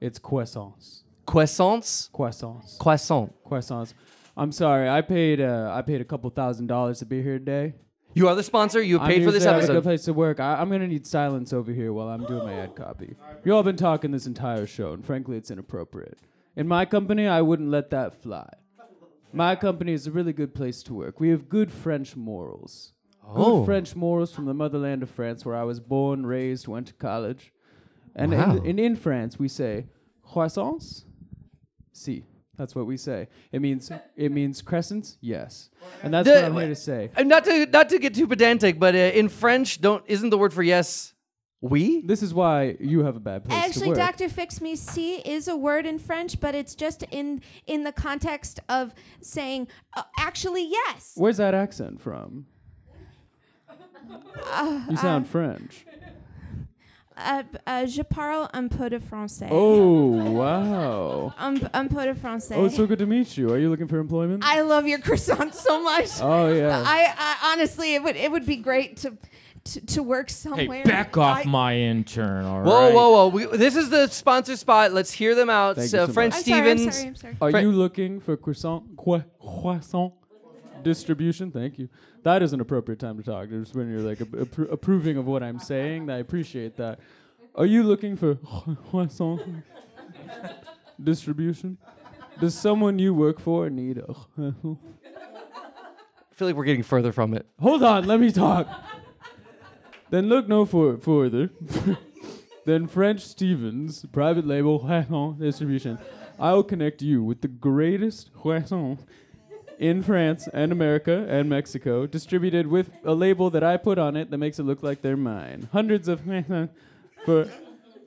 S8: It's croissants.
S1: Croissants,
S8: Croissants.
S1: croissant.
S8: Croissants. I'm sorry. I paid. Uh, I paid a couple thousand dollars to be here today.
S1: You are the sponsor. You
S8: I'm
S1: paid for
S8: usually
S1: this
S8: at A good
S1: episode.
S8: place to work. I, I'm gonna need silence over here while I'm doing my ad copy. You all been talking this entire show, and frankly, it's inappropriate. In my company, I wouldn't let that fly. My company is a really good place to work. We have good French morals.
S1: Oh.
S8: Good French morals from the motherland of France, where I was born, raised, went to college. And
S1: Wow.
S8: in, and in France, we say croissants, si. That's what we say. It means it means crescents, yes. And that's
S1: The-
S8: what I'm here to say.
S1: And not to not to get too pedantic, but uh, in French, don't isn't the word for yes we?
S8: This is why you have a bad place to
S7: Actually,
S8: work.
S7: Doctor Fix Me C is a word in French, but it's just in in the context of saying uh, actually yes.
S8: Where's that accent from?
S7: Uh,
S8: you sound French.
S3: Uh, uh, je parle un peu de français.
S8: Oh wow!
S3: Un, un peu de français.
S8: Oh, it's so good to meet you. Are you looking for employment?
S7: I love your croissant so much.
S8: oh yeah.
S7: I, I honestly, it would it would be great to to, to work
S6: Hey,
S7: somewhere.
S6: back off
S7: I-
S6: my intern, all right?
S1: Whoa, whoa, whoa! We, this is the sponsor spot. Let's hear them out.
S8: Thank you so
S1: French
S8: much.
S3: I'm sorry, I'm
S1: Stevens.
S3: sorry, I'm sorry.
S8: Are
S1: Fre-
S8: you looking for croissant cro- croissant distribution? Thank you. That is an appropriate time to talk. Just when you're like appro- appro- approving of what I'm saying, I appreciate that. Are you looking for croissant distribution? Does someone you work for need a.
S1: I feel like we're getting further from it.
S8: Hold on, let me talk. then look no for, further than French Stevens, private label Huisson distribution. I will connect you with the greatest Huisson in France and America and Mexico, distributed with a label that I put on it that makes it look like they're mine. Hundreds of Huisson for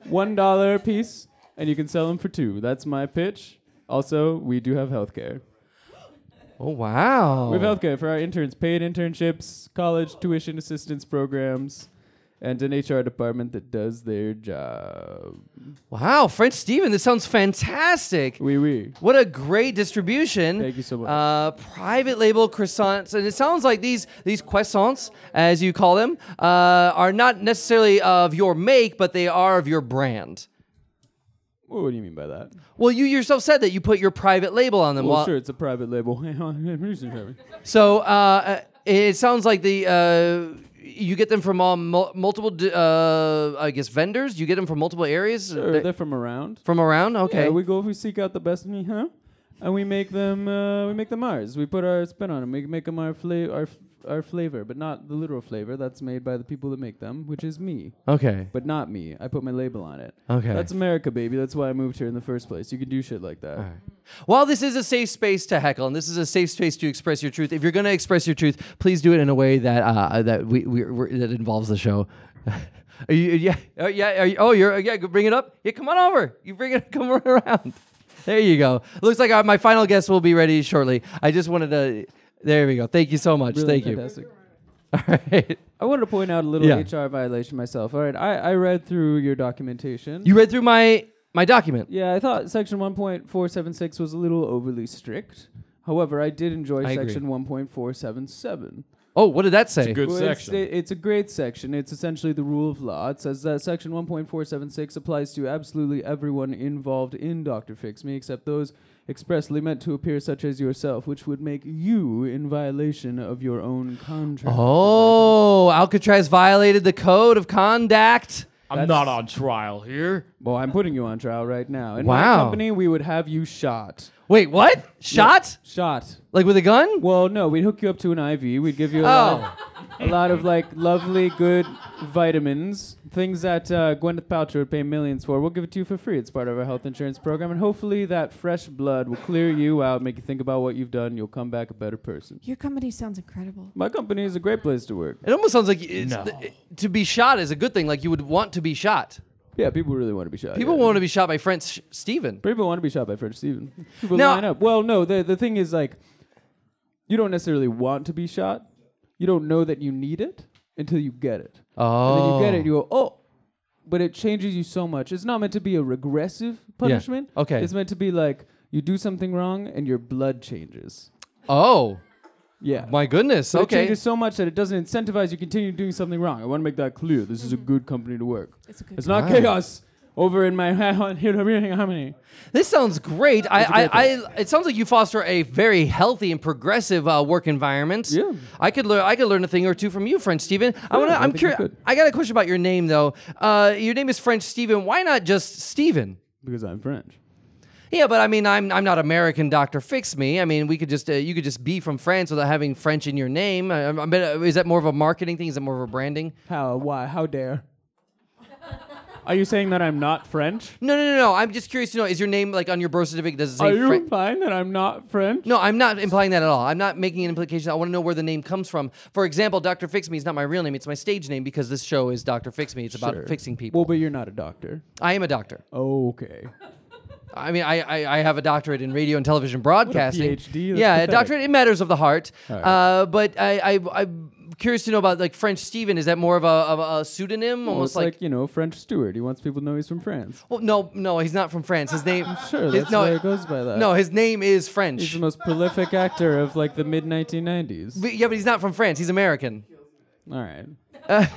S8: one dollar a piece, and you can sell them for two. That's my pitch. Also, we do have healthcare.
S1: Oh wow.
S8: We have healthcare for our interns, paid internships, college tuition assistance programs, and an HR department that does their job.
S1: Wow, French Steven, this sounds fantastic.
S8: Wee wee.
S1: What a great distribution.
S8: Thank you so much.
S1: Uh, private label croissants. And it sounds like these, these croissants, as you call them, uh, are not necessarily of your make, but they are of your brand.
S8: What do you mean by that?
S1: Well, you yourself said that you put your private label on them.
S8: Well,
S1: Well,
S8: sure, it's a private label. Wait,
S1: So uh, uh, it sounds like the uh, you get them from all mul- multiple, d- uh, I guess, vendors. You get them from multiple areas uh,
S8: they're from around.
S1: from around. Okay.
S8: Yeah, we go we seek out the best, huh? And we make them. Uh, we make them ours. We put our spin on them. We make them our flavor, our, f- our flavor, but not the literal flavor. That's made by the people that make them, which is me.
S1: okay.
S8: but not me. I put my label on it.
S1: Okay.
S8: That's America, baby. That's why I moved here in the first place. You can do shit like that.
S1: While this is a safe space to heckle and this is a safe space to express your truth, if you're going to express your truth, please do it in a way that uh, that we, we we that involves the show. Are you, yeah, uh, yeah. Are you, oh, you're yeah. go Bring it up. Yeah, come on over. You bring it. Come on around. There you go. Looks like uh, my final guest will be ready shortly. I just wanted to. There we go. Thank you so much.
S8: Really
S1: Thank
S8: fantastic.
S1: you. All right.
S8: I wanted to point out a little
S1: Yeah.
S8: HR violation myself. All right, I, I read through your documentation.
S1: You read through my my document.
S8: yeah, I thought section 1.476 was a little overly strict. However, I did enjoy
S1: I agree.
S8: section 1.477.
S1: Oh, what did that say?
S6: Good
S8: Well, it's-
S6: section.
S8: It's, a great section. It's essentially the rule of law. It says that section 1.476 applies to absolutely everyone involved in Dr. Fix Me, except those expressly meant to appear, such as yourself, which would make you in violation of your own contract.
S1: Oh, Alcatraz violated the code of conduct.
S6: I'm not on trial here.
S8: Well, I'm putting you on trial right now. In
S1: Wow.
S8: my company, we would have you shot.
S1: Wait, what? Shot?
S8: Shot.
S1: Like with a gun? Oh.
S8: Well, no, we'd hook you up to an IV. We'd give you a, lot, of, a lot of like lovely, good vitamins, things that uh, Gwyneth Paltrow would pay millions for. We'll give it to you for free. It's part of our health insurance program, and hopefully that fresh blood will clear you out, make you think about what you've done. You'll come back a better person.
S7: Your company sounds incredible.
S8: My company is a great place to work.
S1: It almost sounds like it's
S6: No.
S1: th- to be shot is a good thing. Like you would want to be shot.
S8: Yeah, people really want to be shot.
S1: People
S8: yeah.
S1: want to be shot by French Steven.
S8: People want to be shot by French Steven. People
S1: Now-
S8: line up. Well, no, the the thing is like, you don't necessarily want to be shot. You don't know that you need it until you get it.
S1: Oh.
S8: And then you get it, you go, oh. But it changes you so much. It's not meant to be a regressive punishment.
S1: Okay.
S8: It's meant to be like you do something wrong and your blood changes.
S1: Oh,
S8: Yeah.
S1: my goodness.
S8: But It
S1: Okay.
S8: changes so much that it doesn't incentivize you continue doing something wrong. I want to make that clear. This is a good company to work. It's, not
S1: company.
S8: chaos over in my harmony.
S1: This sounds great. I,
S8: a great
S1: I, I, it sounds like you foster a very healthy and progressive uh, work environment.
S8: Yeah.
S1: I could learn. I could learn a thing or two from you, French Steven. I wanna,
S8: I
S1: I'm
S8: think you
S1: curious.
S8: could.
S1: I got a question about your name though. Uh, your name is French Steven. Why not just Steven?
S8: Because I'm French.
S1: Yeah, but I mean, I'm I'm not American. Doctor, fix me. I mean, we could just uh, you could just be from France without having French in your name. I, I, I bet, uh, is that more of a marketing thing? Is that more of a branding?
S8: How? Why? How dare? Are you saying that I'm not French?
S1: No, no, no, no. I'm just curious to know. Is your name like on your birth certificate? Does it
S8: Are
S1: say
S8: you
S1: French?
S8: implying that I'm not French?
S1: No, I'm not implying that at all. I'm not making an implication. I want to know where the name comes from. For example, Doctor Fix Me is not my real name. It's my stage name because this show is Doctor Fix Me. It's about
S8: Sure.
S1: fixing people.
S8: Well, but you're not a doctor.
S1: I am a doctor.
S8: Okay.
S1: I mean, I, I, I have a doctorate in radio and television broadcasting.
S8: PhD, that's
S1: yeah,
S8: pathetic.
S1: a doctorate in matters of the heart.
S8: right.
S1: Uh, but I, I, I'm curious to know about like French Steven. Is that more of a, of a pseudonym?
S8: Well,
S1: Almost
S8: it's like, you know, French Stewart. He wants people to know he's from France.
S1: Well, no, no, he's not from France. His name.
S8: Sure,
S1: his-
S8: that's
S1: no,
S8: why it goes by that.
S1: No, his name is
S8: he's
S1: French.
S8: the most prolific actor of like the mid 1990s.
S1: But- yeah, but he's not from France. He's American.
S8: All right.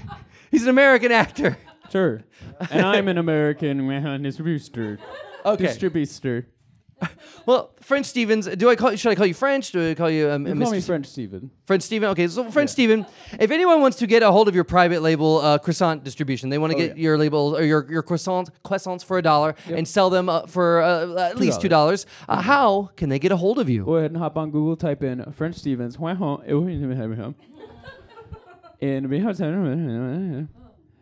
S1: He's an American actor.
S8: Sure. And I'm an American man. It's rooster.
S1: Okay.
S8: Distributor.
S1: Well, French Stevens, do I call? Should I call you French? Do I call you? Um,
S8: You
S1: Mr.
S8: call me
S1: Ste-
S8: French Steven.
S1: French Steven. Okay, so French Steven, if anyone wants to get a hold of your private label uh, croissant distribution, they want
S6: Oh,
S1: to get
S8: yeah.
S1: your label or your your croissants croissants for a dollar and sell them uh, for uh, at least two dollars. Uh,
S6: Mm-hmm.
S1: how can they get a hold of you?
S8: Go ahead and hop on Google, type in French Stevens. And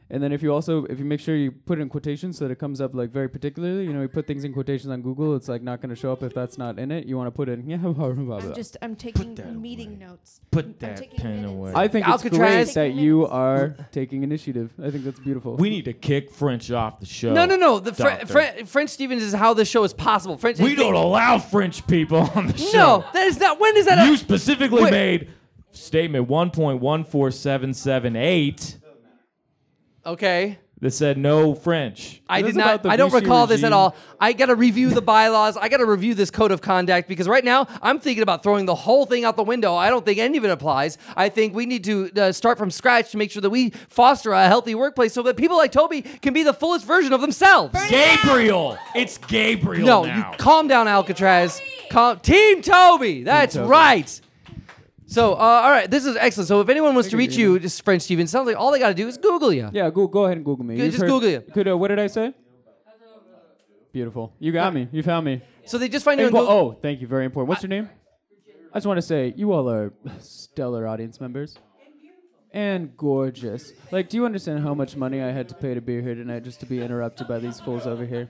S8: then if you also if you make sure you put it in quotations so that it comes up like very particularly, you know, you put things in quotations on Google, it's like not gonna show up if that's not in it. You wanna put in yeah. blah, blah, blah,
S7: I'm
S8: blah.
S7: just I'm taking meeting notes.
S6: Put
S7: I'm
S6: that
S7: taking
S6: pen
S7: minutes.
S6: away.
S8: I think it's
S1: Alcatraz.
S8: great that you are taking initiative. I think that's beautiful.
S6: we need to kick French off the show.
S1: No, no, no. The Fre-
S6: Doctor.
S1: Fre- French Stevens is how this show is possible. French.
S6: We don't allow French people on the show.
S1: No, that is not. When is that?
S6: You
S1: a-
S6: specifically
S1: Wait.
S6: made statement 1.14778
S1: okay.
S6: that said no French.
S1: I
S8: This
S1: did
S8: is about
S1: not.
S8: the
S1: I don't
S8: Vichy
S1: recall this at
S8: regime.
S1: all. I got to review the bylaws. I got to review this code of conduct because right now I'm thinking about throwing the whole thing out the window. I don't think any of it applies. I think we need to uh, start from scratch to make sure that we foster a healthy workplace so that people like Toby can be the fullest version of themselves.
S6: Gabriel. It's Gabriel
S1: No, you
S6: now.
S1: calm down, Alcatraz. Calm, Team Toby. That's right. So, uh, all right, this is excellent. So, if anyone wants to reach you, just French Steven, sounds like all they got to do is Google you.
S8: Yeah, go, go ahead and Google me.
S1: Go-
S8: You've
S1: just Google it.
S8: Could, uh, what did I say? Beautiful. You got me. You found me.
S1: So they just find you.
S8: And
S1: on
S8: well-
S1: Google.
S8: oh, thank you. Very important. What's your name? I just want to say you all are stellar audience members. And gorgeous. Like, do you understand how much money I had to pay to be here tonight just to be interrupted by these fools over here?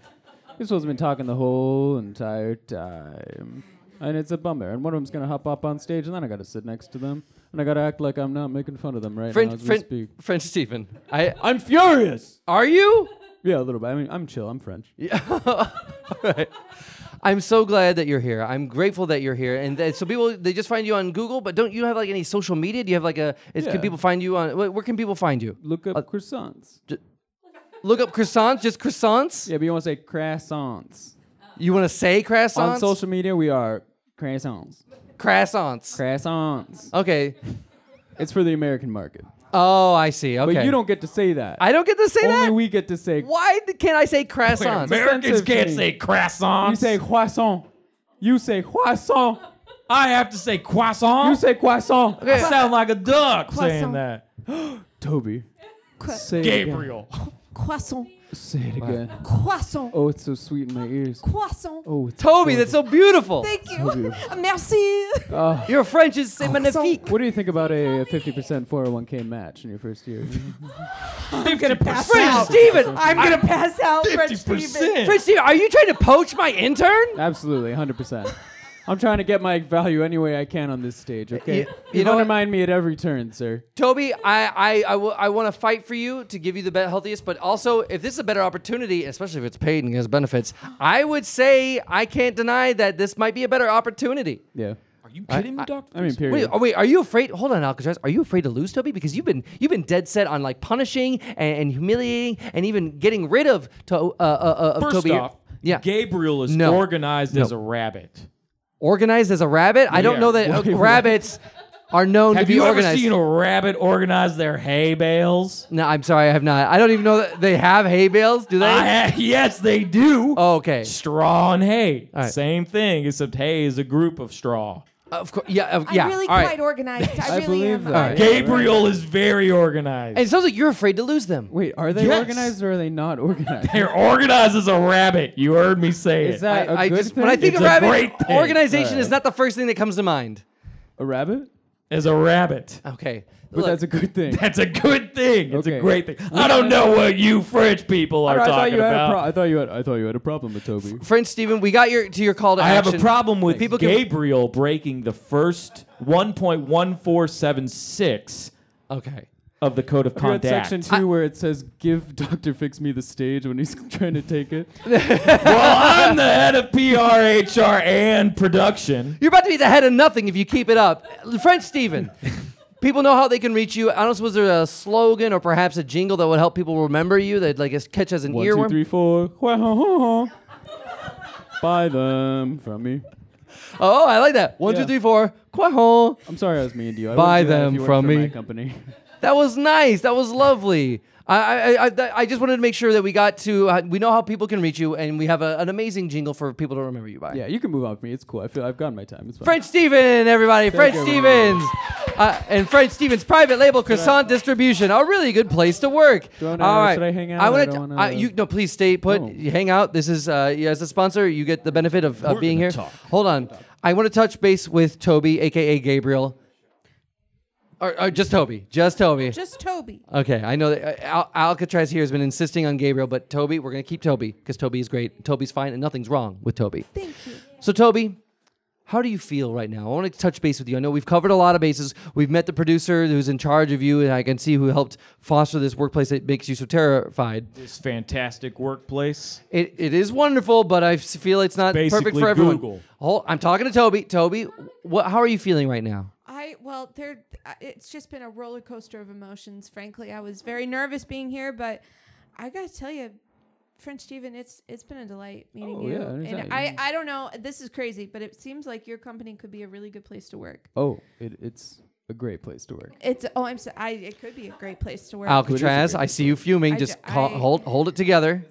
S8: These fools have been talking the whole entire time. And it's a bummer. And one of them's going to hop up on stage, and then I got to sit next to them. And I got to act like I'm not making fun of them right now
S1: French,
S8: as we
S1: French,
S8: speak.
S1: French Stephen. I
S8: I'm furious!
S1: are you?
S8: Yeah, a little bit. I mean, I'm chill. I'm French.
S1: I'm so glad that you're here. I'm grateful that you're here. And that, so people, they just find you on Google, but don't you have like any social media? Do you have like a? Is, Can
S8: Yeah.
S1: people find you on? wh- Where can people find you?
S8: Look up
S1: Uh,
S8: croissants.
S1: Look up croissants, just croissants.
S8: Yeah, but you want to say croissants.
S1: You want to say croissants?
S8: On social media, we are croissants.
S1: croissants.
S8: Croissants.
S1: okay.
S8: It's for the American market.
S1: Oh, I see. Okay.
S8: But you don't get to say that.
S1: I don't get to say
S8: Only
S1: that.
S8: we get to say.
S1: Why d- can't I say
S6: Wait,
S1: croissants?
S6: Americans
S8: Offensive
S6: can't
S8: thing.
S6: say croissants.
S8: You say croissant. You say croissant.
S6: I have to say croissant.
S8: You say croissant.
S6: I sound like a duck saying
S7: Croissant.
S6: that.
S8: Toby.
S7: Cro-
S8: Say it again.
S6: Gabriel.
S7: Croissant,
S8: Say it again.
S7: croissant,
S8: Oh, it's so sweet in my ears.
S7: croissant.
S8: Oh, it's
S1: Toby, that's so beautiful.
S7: Thank
S8: so
S7: you.
S8: beautiful.
S7: Merci.
S8: Oh.
S1: Your French is c'est magnifique.
S8: What do you think about a 50% 401k match in your first year?
S6: I'm gonna pass
S1: French Steven,
S3: I'm gonna pass out, French Steven.
S1: French Steven, are you trying to poach my intern?
S8: Absolutely, 100%. I'm trying to get my value any way I can on this stage,
S1: you
S8: okay? You,
S1: know
S8: don't
S1: what?
S8: remind me at every turn, sir.
S1: Toby, I, I, I, w- I want to fight for you to give you the be- healthiest, but also if this is a better opportunity, especially if it's paid and has benefits, I would say I can't deny that this might be a better opportunity.
S8: Yeah.
S6: Are you kidding me, Doctor?
S8: I mean,
S1: Wait,
S8: period.
S1: oh, wait, are you afraid? Hold on, Alcatraz. Are you afraid to lose, Toby? Because you've been you've been dead set on like punishing and, and humiliating and even getting rid of to, uh, uh, uh, of
S6: First
S1: Toby.
S6: off,
S1: yeah,
S6: Gabriel is
S1: No.
S6: organized as a rabbit.
S1: organized as a rabbit. I don't
S6: Yeah.
S1: know that uh, rabbits are known to
S6: Have
S1: be
S6: you
S1: organized.
S6: ever seen a rabbit organize their hay bales?
S1: no, I'm sorry, I have not. I don't even know that they have hay bales. Do they?
S6: I ha- yes, they do.
S1: oh, okay.
S6: Straw and hay.
S1: All right.
S6: Same thing, except hay is a group of straw.
S1: Of course. Yeah. of-
S7: I'm
S1: yeah.
S7: really
S1: All right.
S7: quite organized. I,
S8: I
S7: really
S8: believe
S7: am.
S8: that.
S7: I-
S1: right.
S6: Gabriel is very organized.
S1: And it sounds like you're afraid to lose them.
S8: Wait, are they
S6: Yes.
S8: organized or are they not organized?
S6: They're organized as a rabbit. You heard me say it.
S8: Is that a
S1: I
S8: good
S1: just
S8: thing?
S1: when I think
S6: It's
S1: of
S6: a
S1: rabbit
S6: great thing.
S1: organization is
S8: Alright.
S1: not the first thing that comes to mind.
S8: a rabbit?
S6: as a rabbit.
S1: Okay.
S8: But that's a good thing.
S6: That's a good thing. It's a
S8: Okay.
S6: great thing. I don't know what you French people are
S8: I thought
S6: talking
S8: you had a pro-
S6: about.
S8: I thought you had I thought you had a problem with Toby.
S1: French Steven, we got your to your call to
S6: I have
S1: action.
S6: a problem with
S1: People can-
S6: Gabriel breaking the first 1.1476
S1: Okay.
S6: of the code of
S8: You had
S6: conduct.
S8: section two where it says give Doctor Fix me the stage when he's trying to take it.
S6: well, I'm the head of PR, HR, and production.
S1: You're about to be the head of nothing if you keep it up. French Steven. People know how they can reach you. I don't suppose there's a slogan or perhaps a jingle that would help people remember you that like is- catch as an
S8: One,
S1: earworm.
S8: two, three, four. Buy them from me.
S1: Oh, I like that. One, two,
S8: Yeah.
S1: three, four. Quahog.
S8: I'm sorry I was mean to you. I
S1: Buy
S8: wouldn't do that if
S1: them
S8: you worked
S1: from
S8: for my
S1: me.
S8: company.
S1: That was nice. That was lovely. I, I, I, th- I just wanted to make sure that we got to, uh, we know how people can reach you, and we have a, an amazing jingle for people to remember you by.
S8: Yeah, you can move on from me. It's cool. I feel I've gotten my time. It's fine.
S1: French Steven, everybody. French
S8: you,
S1: Stevens. Uh, and French Stevens' private label croissant distribution, a really good place to work.
S8: Do I wanna-
S1: All right,
S8: should I hang out?
S1: I
S8: I
S1: want to.
S8: don't wanna-
S1: you no, please stay put.
S8: Oh.
S1: You hang out. This is uh, you- as a sponsor, you get the benefit of, of being
S6: gonna
S1: here.
S6: talk.
S1: Hold on, I want to touch base with Toby, aka Gabriel, or, or just Toby, just Toby.
S3: Just Toby.
S1: Okay, I know that uh, Al- Alcatraz here has been insisting on Gabriel, but Toby, we're gonna keep Toby because Toby is great. Toby's fine, and nothing's wrong with Toby.
S3: Thank you.
S1: So, Toby, how do you feel right now? I want to touch base with you. I know we've covered a lot of bases. We've met the producer who's in charge of you, and I can see who helped foster this workplace that makes you so terrified.
S6: This fantastic workplace.
S1: It, it is wonderful, but I s- feel it's not perfect
S6: basically
S1: for everyone.
S6: Google.
S1: Hold, I'm talking to Toby. Toby, what? How are you feeling right now?
S3: I well, there. I- It's just been a roller coaster of emotions. Frankly, I was very nervous being here, but I gotta tell you, French Steven, it's it's been a delight meeting
S8: Oh,
S3: you.
S8: yeah,
S3: and
S8: anytime.
S3: I I don't know. This is crazy, but it seems like your company could be a really good place to work.
S8: Oh, it, it's a great place to work.
S3: It's oh, I'm so, I it could be a great place to work.
S1: Alcatraz,
S8: great
S1: I see you fuming.
S3: I
S1: Just
S3: ju-
S1: call,
S3: I-
S1: hold hold it together.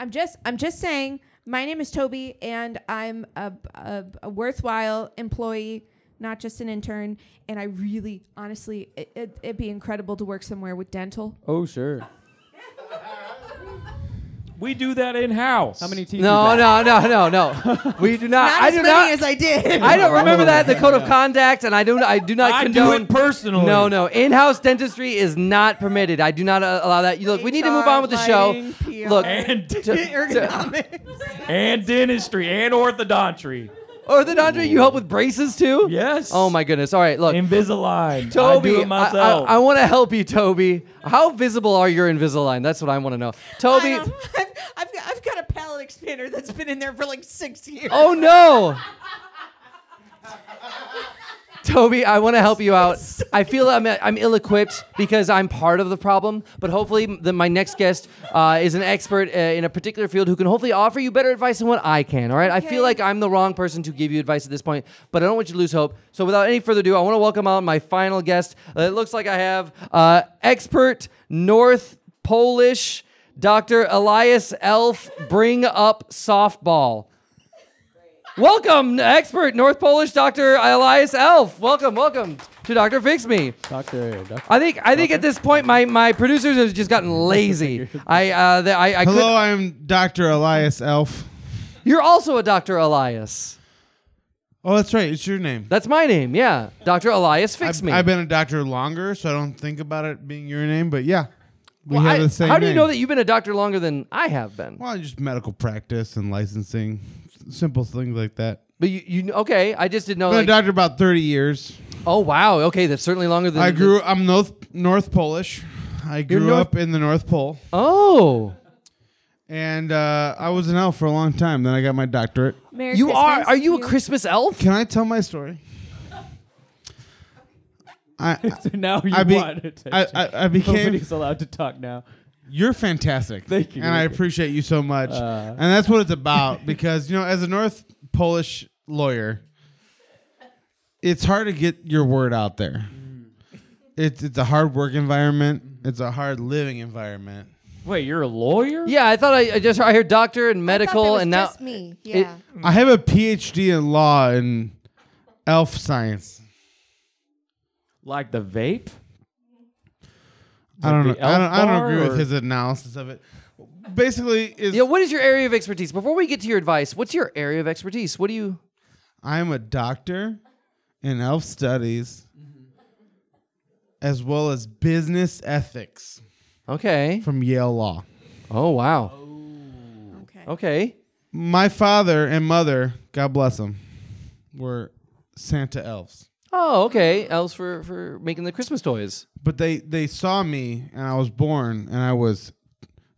S3: I'm just I'm just saying. My name is Toby, and I'm a, a, a worthwhile employee, not just an intern. And I really, honestly, it, it, it'd be incredible to work somewhere with dental.
S8: Oh, sure.
S6: We do that in house.
S8: How many teeth?
S1: No,
S8: you got?
S1: no, no, no, no. We do not.
S4: Not
S1: I
S4: as
S1: do
S4: many
S1: not.
S4: as I did.
S1: I don't remember that in the code of conduct, and I don't. I do not
S6: I do
S1: condone
S6: it personally.
S1: No, no. In-house dentistry is not permitted. I do not uh, allow that. You look, we need to move
S4: HR,
S1: on with the show.
S4: lighting, PR.
S1: Look,
S6: And,
S4: Ergonomics.
S6: and dentistry and orthodontry.
S1: or the doctor, you help with braces too?
S6: Yes.
S1: Oh my goodness. All right, look.
S6: Invisalign. I
S1: Toby,
S6: do it myself.
S1: I, want to help you, Toby. How visible are your Invisalign? That's what I want to know.
S4: I
S1: Toby,
S4: don't- I've, I've, got, I've got a palate expander that's been in there for like six years.
S1: oh no. Toby, I want to help you out. I feel I'm, I'm ill-equipped because I'm part of the problem, but hopefully the, my next guest uh, is an expert uh, in a particular field who can hopefully offer you better advice than what I can, all right? I feel like I'm the wrong person to give you advice at this point, but I don't want you to lose hope. So without any further ado, I want to welcome out my final guest. Uh, it looks like I have uh, expert North Polish Dr. Elias Elf Bring Up Softball. Welcome, expert North Polish Dr. Elias Elf. Welcome, welcome to Dr. Fix Me.
S8: Doctor, doctor.
S1: I think I think at this point my, my producers have just gotten lazy. I uh the, I, I could-
S9: Hello, I'm Dr. Elias Elf.
S1: You're also a Dr. Elias.
S9: Oh, that's right. It's your name.
S1: That's my name. Yeah, Dr. Elias Fix
S9: I've,
S1: Me.
S9: I've been a doctor longer, so I don't think about it being your name, but yeah. We
S1: Well,
S9: have
S1: I-
S9: the same
S1: how do you
S9: name.
S1: know that you've been a doctor longer than I have been?
S9: Well, just medical practice and licensing, s- simple things like that.
S1: But you, you okay? I just didn't know.
S9: I've been
S1: Like,
S9: a doctor about 30 years.
S1: oh wow. Okay, that's certainly longer than
S9: I grew I'm North North Polish. I grew
S1: North-
S9: up in the North Pole.
S1: Oh,
S9: And uh, I was an elf for a long time. Then I got my doctorate.
S3: Merry
S1: you are.
S3: Christmas
S1: Are you a
S3: to
S1: Christmas elf?
S9: Can I tell my story? I,
S8: So now you
S9: I, be-
S8: want attention.
S9: I, I, I became
S8: Nobody's allowed to talk now.
S9: You're fantastic.
S8: Thank you.
S9: And I appreciate you so much. and that's what it's about because, you know, as a North Polish lawyer, it's hard to get your word out there. It's, it's a hard work environment, it's a hard living environment.
S6: Wait, you're a lawyer?
S1: Yeah, I thought I, I just I heard doctor and medical
S7: I thought that was
S1: and now
S7: just me. Yeah.
S9: I have a PhD in law and elf science.
S6: Like the vape?
S9: I don't know.
S6: Like the
S9: I don't,
S6: elf
S9: I don't
S6: bar
S9: agree
S6: or-
S9: with his analysis of it. Basically, is
S1: Yeah, what is your area of expertise? Before we get to your advice, what's your area of expertise? What do you?
S9: I'm a doctor in elf studies as well as business ethics
S1: Okay.
S9: from Yale Law.
S1: Oh wow.
S3: you. Okay.
S1: Okay.
S9: My father and mother, God bless them, were Santa elves.
S1: Oh okay. Elves for for making the Christmas toys.
S9: But they, they saw me and I was born and I was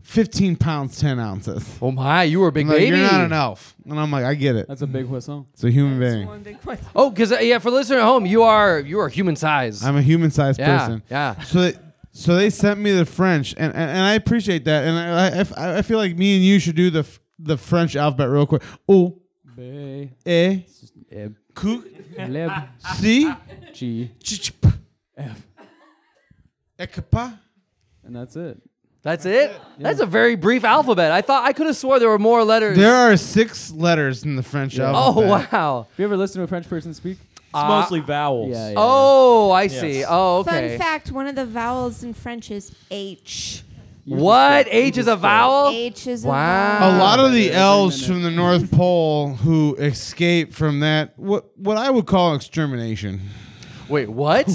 S9: 15 pounds, 10 ounces.
S1: Oh my, you were a big
S9: I'm like,
S1: baby.
S9: You're not an elf. And I'm like, I get it.
S8: That's a big whistle.
S9: It's a human being.
S4: One big question.
S1: Oh, because yeah, for the listener at home, you are you are human size.
S9: I'm a human sized
S1: yeah,
S9: person.
S1: yeah.
S9: So they, so they sent me the French, and, and, and I appreciate that. And I- I, I, I feel like me and you should do the f- the French alphabet real quick. O,
S8: Bay,
S9: E,
S8: eb,
S9: Q,
S8: leb,
S9: C,
S8: G,
S9: E, Ch, Ch, P.
S8: F.
S9: Ekpa.
S8: and that's it.
S1: That's it. That's a very brief alphabet. I thought I could have swore there were more letters.
S9: There are six letters in the French
S1: oh
S9: alphabet.
S1: wow.
S8: Have you ever listened to a French person speak?
S1: Uh,
S6: mostly vowels.
S8: yeah, yeah.
S1: Oh, I see.
S6: Yes.
S1: Oh,
S7: Fun
S1: okay.
S7: fact: one of the vowels in French is H.
S1: What? H is a vowel?
S7: H is
S1: Oh. Wow.
S7: a
S9: A
S7: vowel.
S9: lot of the
S8: Every
S9: elves
S8: minute.
S9: from the North Pole who escape from that what what I would call extermination
S1: Wait, what?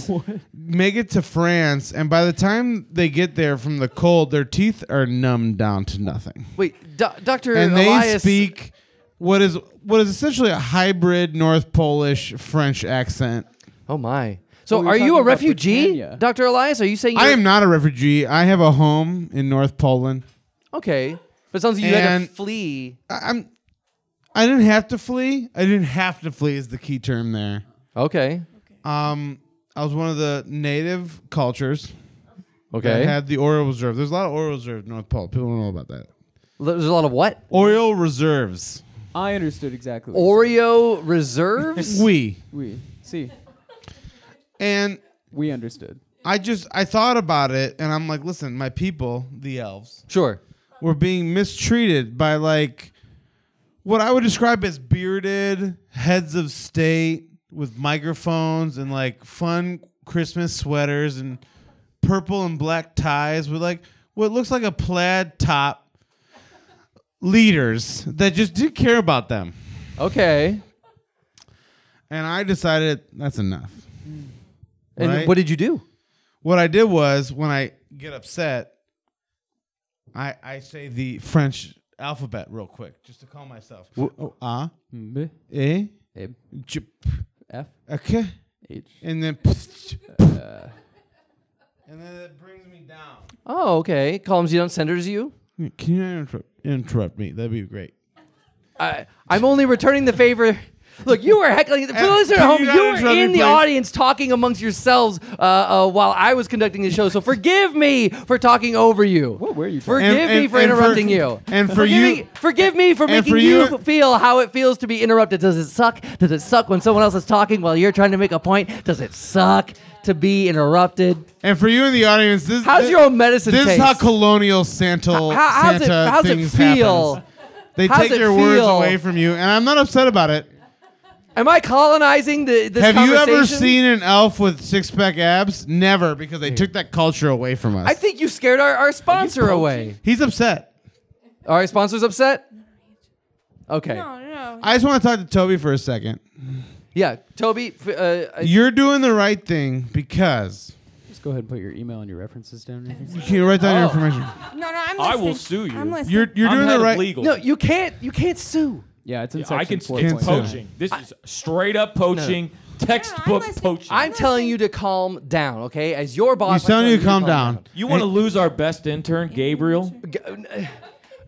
S9: make it to France, and by the time they get there from the cold, their teeth are numbed down to nothing,
S1: Wait, Do- Dr.
S9: and
S1: Elias.
S9: they speak what is what is essentially a hybrid North Polish French accent.
S1: Oh my. So
S8: Well,
S1: are
S8: we were
S1: you
S8: talking
S1: a
S8: about
S1: refugee,
S8: Britannia.
S1: Dr. Elias? Are you saying
S9: I
S1: you're-
S9: am not a refugee. I have a home in North Poland.
S1: Okay. But it sounds like you had to
S9: And-
S1: flee.
S9: I- I'm. I didn't have to flee. I didn't have to flee is the key term there.
S1: Okay.
S9: Um, I was one of the native cultures
S1: Okay.
S9: that had the oil reserve. There's a lot of oil reserve in North Pole. People don't know about that.
S1: There's a lot of what?
S9: Oil reserves.
S8: I understood exactly. What
S1: Oreo reserves?
S9: We
S8: we see,
S9: and
S8: we understood.
S9: I just I thought about it and I'm like, listen, my people, the elves,
S1: sure.
S9: were being mistreated by like what I would describe as bearded heads of state with microphones and like fun Christmas sweaters and purple and black ties with like what looks like a plaid top leaders that just didn't care about them.
S1: Okay.
S9: And I decided that's enough.
S1: And
S9: Right?
S1: what did you do?
S9: What I did was when I get upset, I I say the French alphabet real quick just to calm myself. Oh, ah,
S8: B
S9: eh,
S8: A
S9: j-
S8: F
S9: okay,
S8: H.
S9: and then
S1: Uh,
S9: and then it brings me down.
S1: Oh, okay. Columns you don't, senders you.
S9: Can you not interrupt, interrupt me? That'd be great.
S1: I, I'm only returning the favor. Look, you were heckling. For the
S9: Uh,
S1: listener at
S9: can
S1: home, you,
S9: you not
S1: were
S9: interrupt me,
S1: in the
S9: please?
S1: audience talking amongst yourselves uh, uh, while I was conducting the show. So forgive me for talking over you.
S8: What were Oh, you?
S1: Forgive
S8: Talking?
S9: And-
S1: me
S9: and-
S1: for
S9: and for-
S1: interrupting you.
S9: and for
S1: forgive
S9: you-
S1: me, forgive me for
S9: and
S1: making
S9: for
S1: you,
S9: you-
S1: feel how it feels to be interrupted. Does it suck? Does it suck when someone else is talking while you're trying to make a point? Does it suck to be interrupted?
S9: And for you in the audience, this
S1: How's
S9: this,
S1: your own medicine
S9: This is
S1: taste?
S9: how colonial Santa
S1: How- how's it-
S9: Santa
S1: how's it
S9: things
S1: feel?
S9: happens. They
S1: How's
S9: take
S1: it
S9: your words
S1: feel?
S9: away from you, and I'm not upset about it.
S1: Am I colonizing the this
S9: Have you ever
S1: conversation?
S9: seen an elf with six pack abs? Never, because they took that culture away from us.
S1: I think you scared our, our sponsor away.
S9: He's upset.
S1: Are our sponsors upset? Okay.
S7: No, no.
S9: I just want to talk to Toby for a second.
S1: Yeah, Toby. f- Uh, I-
S9: You're doing the right thing because
S8: Just go ahead and put your email and your references down. right here.
S9: you can write down
S1: Oh.
S9: your information.
S3: No, no, I'm listening.
S6: I will sue you.
S3: I'm listening.
S9: Oh, You're you're
S6: I'm
S9: doing
S6: head
S9: the
S6: of
S9: right.
S6: legal.
S1: no, you can't. You can't sue.
S8: Yeah, it's in
S6: Yeah,
S8: section
S6: I can.
S8: four
S6: It's
S8: point nine.
S6: poaching. This is straight up poaching. Textbook
S3: listening.
S6: poaching.
S1: I'm telling you to calm down, okay? As your boss,
S9: He's
S1: I'm
S9: telling you to calm
S1: calm
S9: down.
S6: you want to lose our best intern, Gabriel?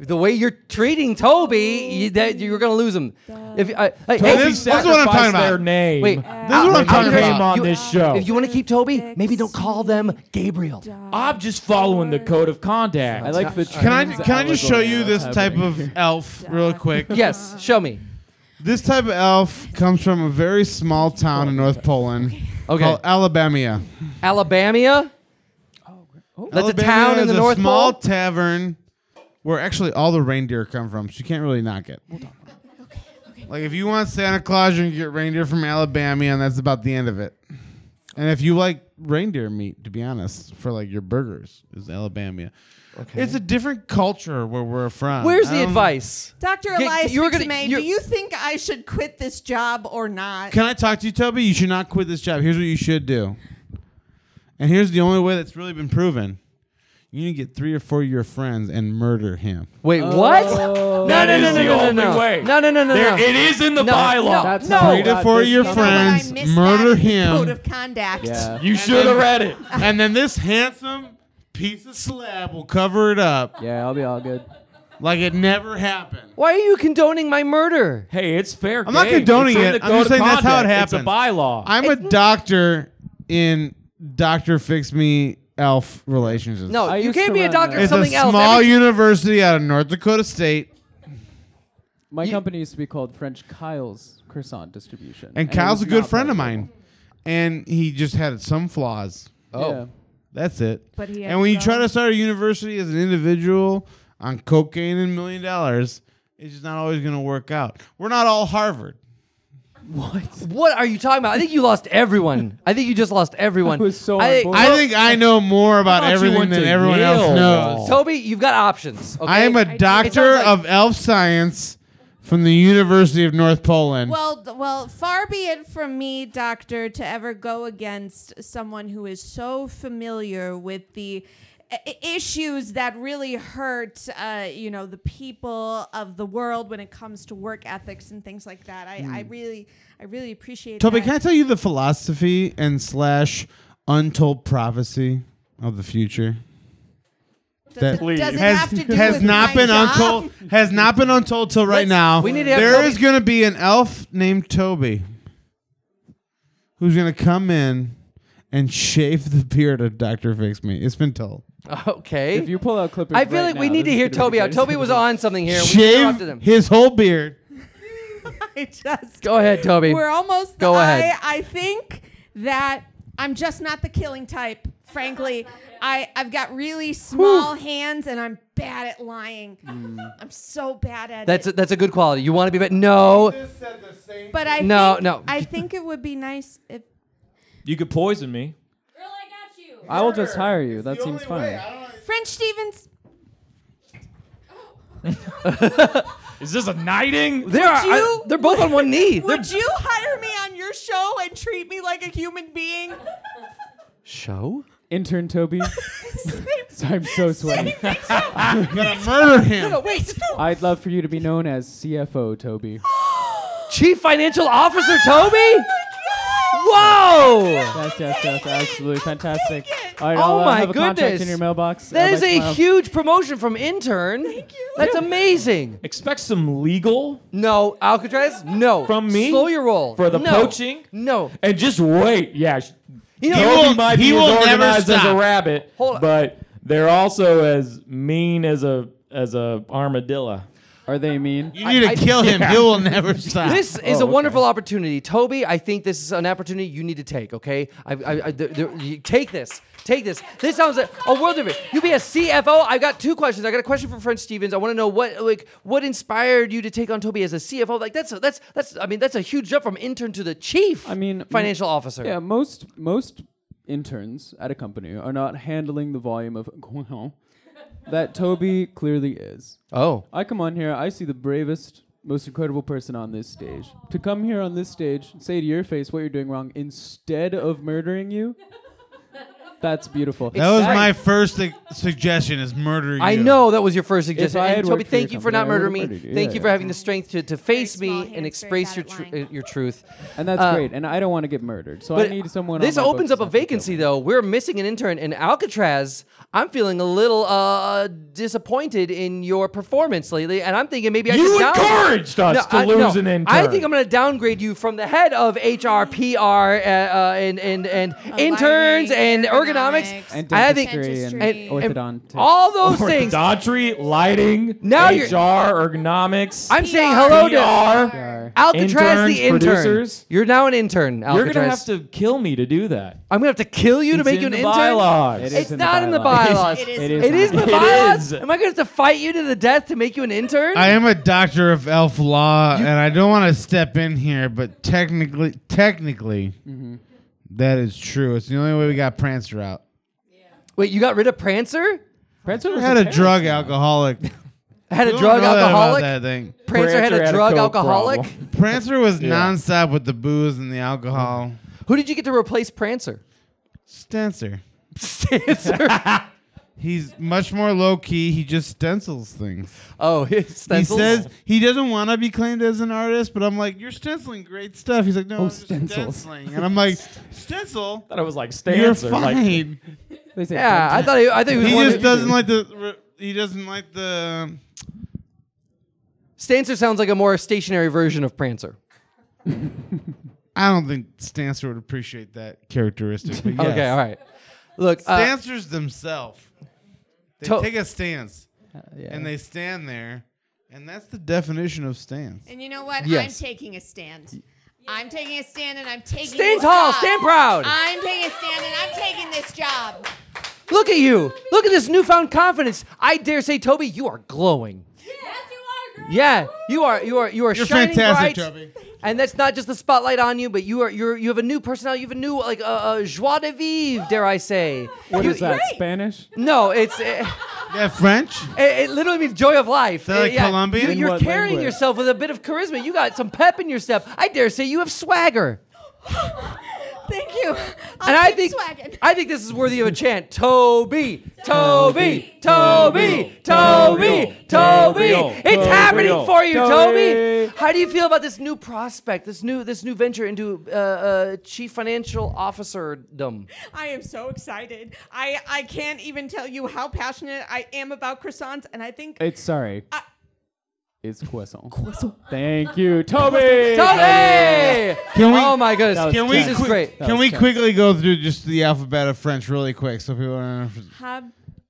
S1: The way you're treating Toby, you,
S6: Mm.
S1: that you're gonna lose him. If I, I- hey,
S9: Toby this- this is what I'm talking
S6: sacrificed
S9: about.
S6: Their name.
S1: wait,
S6: This
S9: is what I'm talking
S6: name
S9: about.
S6: on
S1: You-
S6: this show.
S1: If you want to keep Toby, maybe don't call them Gabriel.
S6: I'm just following the code of conduct.
S8: I like the.
S9: Can I can I just show you this type of elf real quick?
S1: Yes, show me.
S9: This type of elf comes from a very small town in North Poland
S1: Okay,
S9: called Alabama.
S1: Alabama.
S6: Oh,
S1: That's a town in the North
S9: a small
S1: Pole?
S9: tavern where actually all the reindeer come from, so you can't really knock it. Like if you want Santa Claus, you can get reindeer from Alabama, and that's about the end of it. And if you like reindeer meat, to be honest, for like your burgers, is Alabama. It's a different culture where we're from.
S1: Where's
S9: I
S1: the
S9: don't-
S1: advice?
S4: Dr.
S1: Get-
S4: Elias
S1: you were
S4: you
S1: gonna-
S4: do
S1: you're-
S4: you think I should quit this job or not?
S9: Can I talk to you, Toby? You should not quit this job. Here's what you should do. And here's the only way that's really been proven. You need to get three or four of your friends and murder him.
S1: Wait, what? No,
S6: Oh. That
S1: no, no,
S6: is
S1: no,
S6: the
S1: no, no,
S6: only
S1: no,
S6: way.
S1: no, no, no, no,
S6: There-
S1: no.
S6: It is in the
S1: No,
S6: bylaw.
S1: no.
S8: That's how
S9: Three
S8: we
S9: to
S8: got
S9: four of
S8: this
S9: your
S8: stuff.
S4: You know what? I
S9: friends,
S4: missed
S9: murder
S4: that in the
S9: him,
S4: Code of conduct.
S8: Yeah.
S6: You should have read it.
S9: and then this handsome piece of slab will cover it up
S8: Yeah, I'll be all good.
S9: like it never happened.
S1: Why are you condoning my murder?
S6: Hey, it's fair.
S9: I'm not
S6: game.
S9: condoning
S6: It's in
S9: it.
S6: the
S9: I'm
S6: code
S9: just
S6: of
S9: saying that's how it
S6: conduct. It's
S9: happens.
S6: a bylaw.
S9: I'm a doctor in Doctor Fix Me Elf Relations.
S1: No,
S8: I
S1: you
S8: used
S1: gave
S8: to
S1: me a
S8: run
S1: doctor
S8: a-
S1: of
S9: it's a
S1: something else.
S9: small
S1: Every-
S9: university out of North Dakota State,
S8: My
S9: You-
S8: company used to be called French Kyle's Croissant Distribution.
S9: and
S8: it
S9: Kyle's
S8: was
S9: a good
S8: not
S9: friend of
S8: profitable.
S9: mine, and he just had some flaws.
S8: Yeah.
S9: That's it.
S3: But he
S9: and when you try to start a university as an individual on cocaine and million dollars, it's just not always going to work out. We're not all Harvard.
S1: What are you talking about? I think you lost everyone. I think you just lost everyone.
S8: I was so
S1: I think-
S8: on board.
S9: I think I know more about
S6: thought you
S9: everything
S6: went
S9: than
S6: to
S9: everyone else
S6: Yale.
S9: knows.
S1: Toby, you've got options. Okay?
S9: I am a doctor
S1: like-
S9: of elf science from the University of North Poland.
S7: Well, th- well, far be it from me, doctor, to ever go against someone who is so familiar with the i- i- issues that really hurt, uh, you know, the people of the world when it comes to work ethics and things like that. I, I really, I really appreciate.
S9: Toby,
S7: that.
S9: can I tell you the philosophy and slash untold prophecy of the future? That
S7: Does it have to do
S9: has
S7: with
S9: not
S7: my
S9: been
S7: job?
S9: untold has not been untold till right
S1: Let's-
S9: now.
S1: we need to have
S9: There
S1: Toby-
S9: is going to be an elf named Toby who's going to come in and shave the beard of Doctor Fix Me. It's been told.
S1: Okay.
S8: If you pull out clippers,
S1: I feel
S8: right
S1: like we
S8: now,
S1: need to
S8: this is
S1: hear
S8: gonna be
S1: Toby out.
S8: good.
S1: Toby was on something here. We need to talk to
S9: Shave
S1: them.
S9: his whole beard.
S7: I just,
S1: Go ahead, Toby.
S7: we're almost.
S1: Go
S7: I,
S1: ahead.
S7: I think that I'm just not the killing type. Frankly, I I've got really small hands and I'm bad at lying. I'm so bad at
S1: Mm. That's
S7: it.
S1: a, that's a good quality. You want to be better? No.
S7: but I
S1: No,
S7: think,
S1: no.
S7: I think it would be nice if
S6: You could poison me.
S5: Girl, I got you.
S8: I will just hire you. That seems fine.
S7: French Stevens.
S6: Is this a knighting?
S1: They're
S4: you-
S1: they're both on one knee. They're-
S4: Would you hire me on your show and treat me like a human being?
S1: show.
S8: Intern Toby. Sorry, I'm so sweaty.
S9: I'm going to murder him.
S1: Wait,
S8: I'd love for you to be known as CFO Toby.
S1: Chief Financial Officer
S7: Oh
S1: Toby. Whoa.
S8: Yes, yes, yes, absolutely fantastic. All right,
S1: Oh
S8: I'll, uh,
S1: my
S8: have a contract
S1: goodness.
S8: in your mailbox. uh,
S1: That
S8: by
S1: is a
S8: tomorrow.
S1: huge promotion from intern. Thank you. That's amazing.
S6: Expect some legal
S1: No, Alcatraz. No.
S6: From me?
S1: Slow your roll.
S6: For the
S1: No.
S6: poaching?
S1: No.
S6: and just wait. Yeah, sh-
S1: You know-
S6: Toby
S1: He
S9: won't-
S6: might
S9: he
S6: be
S9: will
S6: as
S9: never
S6: organized as a
S9: stop.
S6: rabbit,
S1: Hold on.
S6: but they're also as mean as a as a armadillo.
S8: Are they mean?
S9: You need to
S1: I-
S9: kill him. He will never stop.
S1: This is
S6: Oh,
S1: a wonderful opportunity, Toby. I think this is an opportunity you need to take. Okay, I, I, I- th- th- you take this, take this. This sounds like a world of it. You be a CFO. I've got two questions. I got a question for French Stevens. I want to know what like what inspired you to take on Toby as a CFO. Like that's that's that's I mean that's a huge jump from intern to the chief.
S8: I mean, m-
S1: financial officer.
S8: Yeah, most most interns at a company are not handling the volume of that Toby clearly is.
S1: Oh,
S8: I come on here, I see the bravest, most incredible person on this stage. To come here on this stage and say to your face what you're doing wrong instead of murdering you, that's beautiful.
S9: That was
S1: Exactly.
S9: my first like, suggestion is murder you.
S1: I know that was your first suggestion.
S8: I had
S1: And Toby,
S8: worked for your
S1: thank you for
S8: company, I
S1: not
S8: would've
S1: murdering me.
S8: murdered you.
S1: Thank
S8: Yeah,
S1: you for
S8: yeah.
S1: having the strength to, to face
S7: small
S1: me
S7: hands,
S1: and
S7: very
S1: express
S7: bad
S1: your
S7: at
S1: tru-
S7: lying.
S1: uh, your truth.
S8: and that's
S1: uh,
S8: great. And I don't want to get murdered, so I need someone.
S1: This
S8: on my
S1: opens
S8: books
S1: up a
S8: not to kill
S1: vacancy,
S8: me.
S1: though. We're missing an intern, and Alcatraz. I'm feeling a little uh, disappointed in your performance lately, and I'm thinking maybe I
S6: You
S1: should down-
S6: encouraged us to
S1: I-
S6: lose an intern.
S1: I think I'm going to downgrade you from the head of HR, PR, uh, uh, and and and interns and ergonomics.
S8: And
S1: I think-
S8: dentistry and,
S1: and- and
S8: orthodontics.
S1: all those things.
S6: Orthodonty, lighting,
S1: Now
S6: HR,
S1: you're-
S6: ergonomics.
S1: I'm saying hello to
S6: PR.
S8: Sorry.
S1: Alcatraz, the intern.
S6: Interns, producers.
S1: You're now an intern, Alcatraz.
S6: You're gonna have to kill me to do that.
S1: I'm gonna have to kill you to
S6: It's
S1: make you
S6: in
S1: an
S6: the
S1: intern.
S6: bylaws.
S8: It
S1: It's
S8: is in the
S1: not in the
S8: bylaws.
S1: bylaws.
S4: It is-
S1: It is in the
S6: It
S1: bylaws.
S6: is.
S1: Am I gonna have to fight you to the death to make you an intern?
S9: I am a doctor of elf law, and I don't want to step in here, but technically, technically,
S1: Mm-hmm.
S9: that is true. It's the only way we got Prancer out.
S1: Wait, you got rid of Prancer?
S8: Prancer was
S9: had a
S8: terrorist.
S9: drug alcoholic.
S1: Had a
S9: We don't
S1: drug
S9: know that about
S1: alcoholic?
S9: That thing.
S1: Prancer, had a drug
S6: coke
S1: alcoholic.
S6: problem.
S9: Prancer was nonstop with the booze and the alcohol.
S1: Who did you get to replace Prancer?
S9: Stancer.
S1: Stancer.
S9: He's much more low key. He just stencils things.
S1: oh, his stencils.
S9: He says he doesn't want to be claimed as an artist, but I'm like, you're stenciling great stuff. He's like, no,
S8: Oh,
S9: I'm just
S8: stencils.
S9: stenciling, and I'm like, stencil.
S6: Thought it was like
S9: You're
S6: Stancer. like-
S9: fine.
S8: They say
S1: yeah, I thought he, I think he was
S9: he
S1: one
S9: just
S1: of-
S9: doesn't like the. re- He doesn't like the.
S1: Stancer sounds like a more stationary version of Prancer.
S9: I don't think Stancer would appreciate that characteristic. But yes.
S1: Okay, all right. Look, uh,
S9: Stancers themselves, they
S1: To- Uh,
S9: take a stance
S8: yeah.
S9: and they stand there, and that's the definition of stance.
S7: And you know what?
S1: Yes.
S7: I'm taking a stand. I'm taking a stand and I'm taking
S1: stand
S7: this
S1: tall,
S7: job.
S1: stand proud.
S7: I'm taking a stand and I'm taking this job.
S1: Look at you. Look at this newfound confidence. I dare say, Toby, you are glowing.
S5: Yes, you are, girl.
S1: Yeah, you are. You are. You are
S9: You're
S1: shining
S9: fantastic,
S1: bright.
S9: Toby.
S1: And that's not just the spotlight on you, but you are. You're. You have a new personality. You have a new like uh, uh, joie de vivre, dare I say?
S8: What
S1: You-
S8: is that?
S1: you-
S8: Spanish?
S1: No, it's. eh, It,
S9: Yeah, French.
S1: it, it literally means joy of life.
S9: that like
S1: Yeah,
S9: Colombian?
S1: You,
S9: In
S1: you're
S8: what
S1: carrying
S8: language?
S1: yourself with a bit of charisma. You got some pep in your step. I dare say you have swagger.
S7: Thank you.
S1: and
S7: I'll
S1: I
S7: keep
S1: think
S7: swagging.
S1: I think this is worthy of a chant. Toby, Toby, Toby, Toby,
S6: Toby,
S1: Toby.
S6: Toby,
S1: It's happening
S6: Toby.
S1: for you, Toby.
S8: Toby.
S1: How do you feel about this new prospect, this new this new venture into uh, uh, chief financial officerdom?
S4: I am so excited. I I can't even tell you how passionate I am about croissants, and I think
S8: It's sorry.
S4: I-
S8: It's croissant. Thank you, Toby.
S1: Toby!
S9: Can we-
S1: oh my goodness!
S8: was
S9: Can we?
S1: this is
S9: qui-
S1: great.
S8: That
S9: Can
S8: was
S9: we
S8: tough.
S9: quickly go through just the alphabet of French really quick so people don't know? if-
S7: Hab,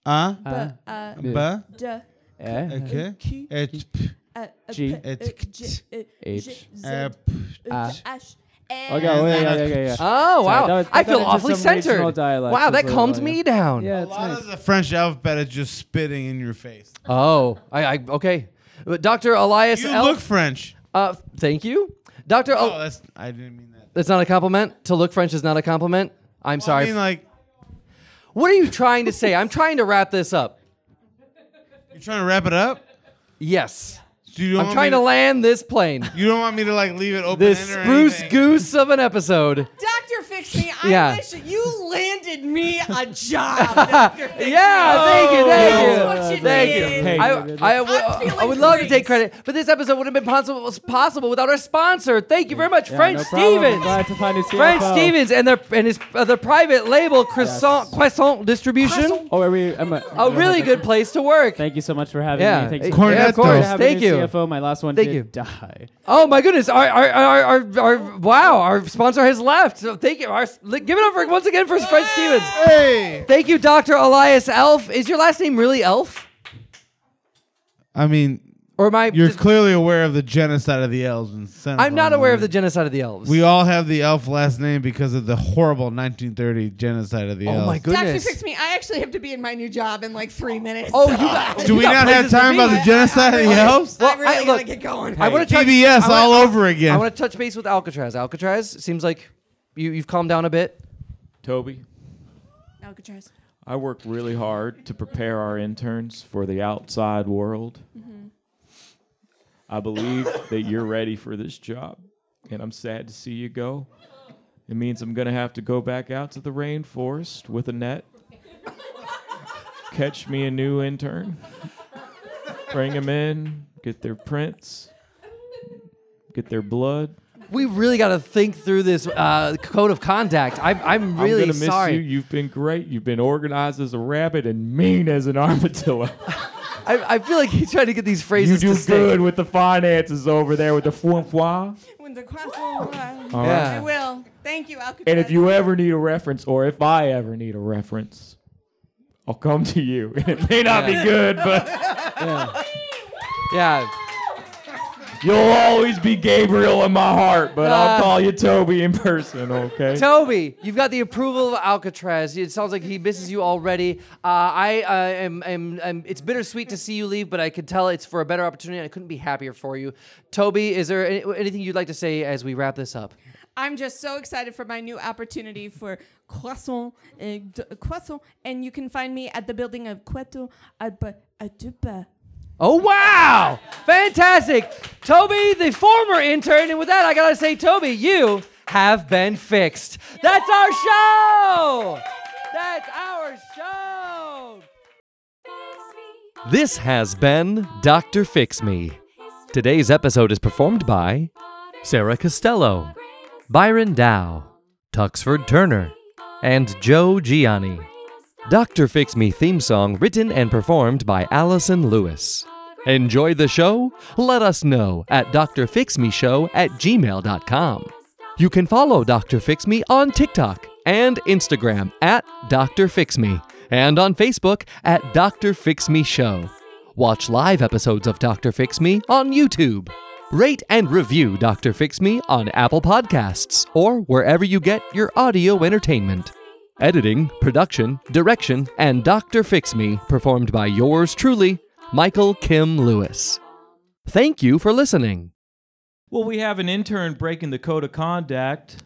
S9: Uh,
S8: Uh,
S7: uh,
S9: ba,
S7: duh,
S8: eh,
S9: okay.
S7: Q,
S9: Et, p,
S7: uh, uh,
S8: G,
S7: p- uh,
S9: H,
S7: J, uh,
S8: H,
S7: Z,
S9: eh,
S7: uh,
S9: p.
S8: Ah.
S7: Ash,
S8: Okay,
S7: and-
S8: well, yeah, yeah, yeah, yeah.
S1: Oh wow!
S8: Sorry, that was-
S1: I
S8: I thought
S1: feel
S8: it was
S1: awfully
S8: some regional
S1: centered.
S8: dialect
S1: Wow,
S8: was
S1: that
S8: what it
S1: calms
S8: was.
S1: me down.
S8: Yeah,
S9: A
S8: it's
S9: lot of
S8: nice.
S9: the French alphabet is just spitting in your face.
S1: Oh, I, I okay. But Dr. Elias
S9: You
S1: L.
S9: look French.
S1: uh, thank you, Dr. El-
S9: Oh, that's. I didn't mean that.
S1: That's not a compliment. To look French is not a compliment. I'm sorry.
S9: I mean, like,
S1: what are you trying to say? I'm trying to wrap this up.
S9: you're trying to wrap it up.
S1: Yes.
S9: So you don't
S1: I'm
S9: want
S1: trying
S9: me
S1: to land this plane.
S9: You don't want me to like leave it open.
S1: This spruce goose of an episode.
S4: Doctor Fix Me, I
S1: Yeah.
S4: wish you landed me a job. Dr. Fix Me.
S1: Yeah, thank you, thank you.
S4: That's what you
S1: thank
S4: did.
S1: you.
S8: Hey,
S1: I,
S8: baby.
S1: I, would-
S4: I'm feeling
S1: I would love to
S4: great.
S1: take credit, but this episode would have been possible was possible without our sponsor. Thank you very much,
S8: Yeah,
S1: French
S8: no problem.
S1: Stevens.
S8: Glad to find you,
S1: French
S8: CFO.
S1: Stevens and their and his uh, their private label croissant croissant distribution.
S8: Oh, are we? I'm a,
S1: A really good place to work.
S8: Thank you so much for having
S1: Yeah.
S8: me. Thanks
S1: Yeah,
S8: so
S1: of
S8: much for
S9: course.
S8: having
S1: Thank
S8: me,
S1: you.
S8: CFO. My last one
S1: Thank
S8: did
S1: you.
S8: die.
S1: Oh my goodness! Our our, our our our wow! Our sponsor has left. So thank you. Our give it up for once again for Fred Stevens.
S9: Hey.
S1: Thank you, Doctor Elias Elf. Is your last name really Elf,
S9: I mean,
S1: or am I?
S9: you're
S1: just-
S9: clearly aware of the genocide of the elves in Senegal.
S1: I'm not aware of the genocide of the elves.
S9: We all have the elf last name because of the horrible 1930 genocide of the
S1: oh
S9: elves.
S1: my
S4: Doctor
S1: goodness!
S4: Fix Me, I actually have to be in my new job in like three minutes.
S1: Oh, you got.
S9: Do
S1: you
S9: we
S1: got
S9: not have
S1: places to
S9: time about
S1: be.
S9: the genocide of the elves?
S1: Well,
S4: I really
S1: I-
S4: gotta
S1: look,
S4: get going.
S1: I want to touch.
S9: PBS
S1: I wanna-
S9: all over
S1: I
S9: again.
S1: want to touch base with Alcatraz. Alcatraz seems like you you've calmed down a bit.
S6: Toby,
S7: Alcatraz.
S6: I worked really hard to prepare our interns for the outside world. I believe that you're ready for this job, and I'm sad to see you go. It means I'm going to have to go back out to the rainforest with a net, catch me a new intern, bring them in, get their prints, get their blood.
S1: We really got to think through this uh, code of conduct. I'm I'm really
S6: I'm gonna miss
S1: sorry.
S6: you. You've been great. You've been organized as a rabbit and mean as an armadillo.
S1: I, I feel like he's trying to get these
S6: you
S1: phrases
S6: do
S1: to stick.
S6: good with the finances over there with the foie foie.
S4: When the croissant arrives.
S6: All
S1: Yeah.
S6: right.
S4: I will. Thank you, Alcatraz.
S6: Oh. And if you ever need a reference, or if I ever need a reference, I'll come to you. It may not
S1: Yeah.
S6: be good, but
S1: Yeah.
S6: you'll always be Gabriel in my heart. But
S1: Ah.
S6: I'll call you Toby in person, okay?
S1: Toby, you've got the approval of Alcatraz. It sounds like he misses you already. Uh, I uh, am, am, am, it's bittersweet to see you leave, but I could tell it's for a better opportunity, and I couldn't be happier for you. Toby, is there any, anything you'd like to say as we wrap this up?
S4: I'm just so excited for my new opportunity for croissant and d- croissant, and you can find me at the building of Cueto Alba Adupa.
S1: Oh, wow! Fantastic! Toby, the former intern, and with that, I gotta say, Toby, you have been fixed. That's our show! That's our show! This has been Dr. Fix Me. Today's episode is performed by Sarah Costello, Byron Dow, Tuxford Turner, and Joe Gianni. Dr. Fix Me theme song written and performed by Allison Lewis. Enjoy the show? Let us know at drfixmeshow at gmail.com. You can follow Dr. Fix Me on TikTok and Instagram at Dr. Fix Me and on Facebook at Dr. Fix Me Show. Watch live episodes of Dr. Fix Me on YouTube. Rate and review Dr. Fix Me on Apple Podcasts or wherever you get your audio entertainment. Editing, production, direction, and Dr. Fix Me, performed by yours truly, Michael Kim Lewis. Thank you for listening.
S6: Well, we have an intern breaking the code of conduct.